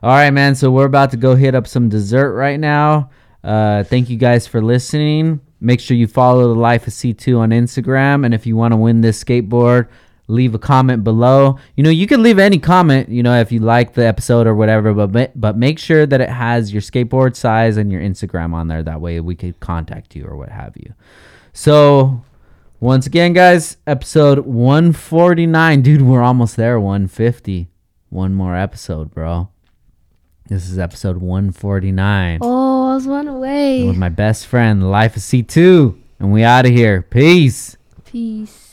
Speaker 1: All right, man. So we're about to go hit up some dessert right now. Uh, thank you guys for listening. Make sure you follow the Life of C2 on Instagram. And if you want to win this skateboard, leave a comment below. You know, you can leave any comment, you know, if you like the episode or whatever, but ma- but make sure that it has your skateboard size and your Instagram on there. That way we could contact you or what have you. So once again, guys, episode 149. Dude, we're almost there. 150. One more episode, bro. This is episode 149
Speaker 2: oh, I was one away.
Speaker 1: with my best friend, Life of C2. And we out of here. Peace.
Speaker 2: Peace.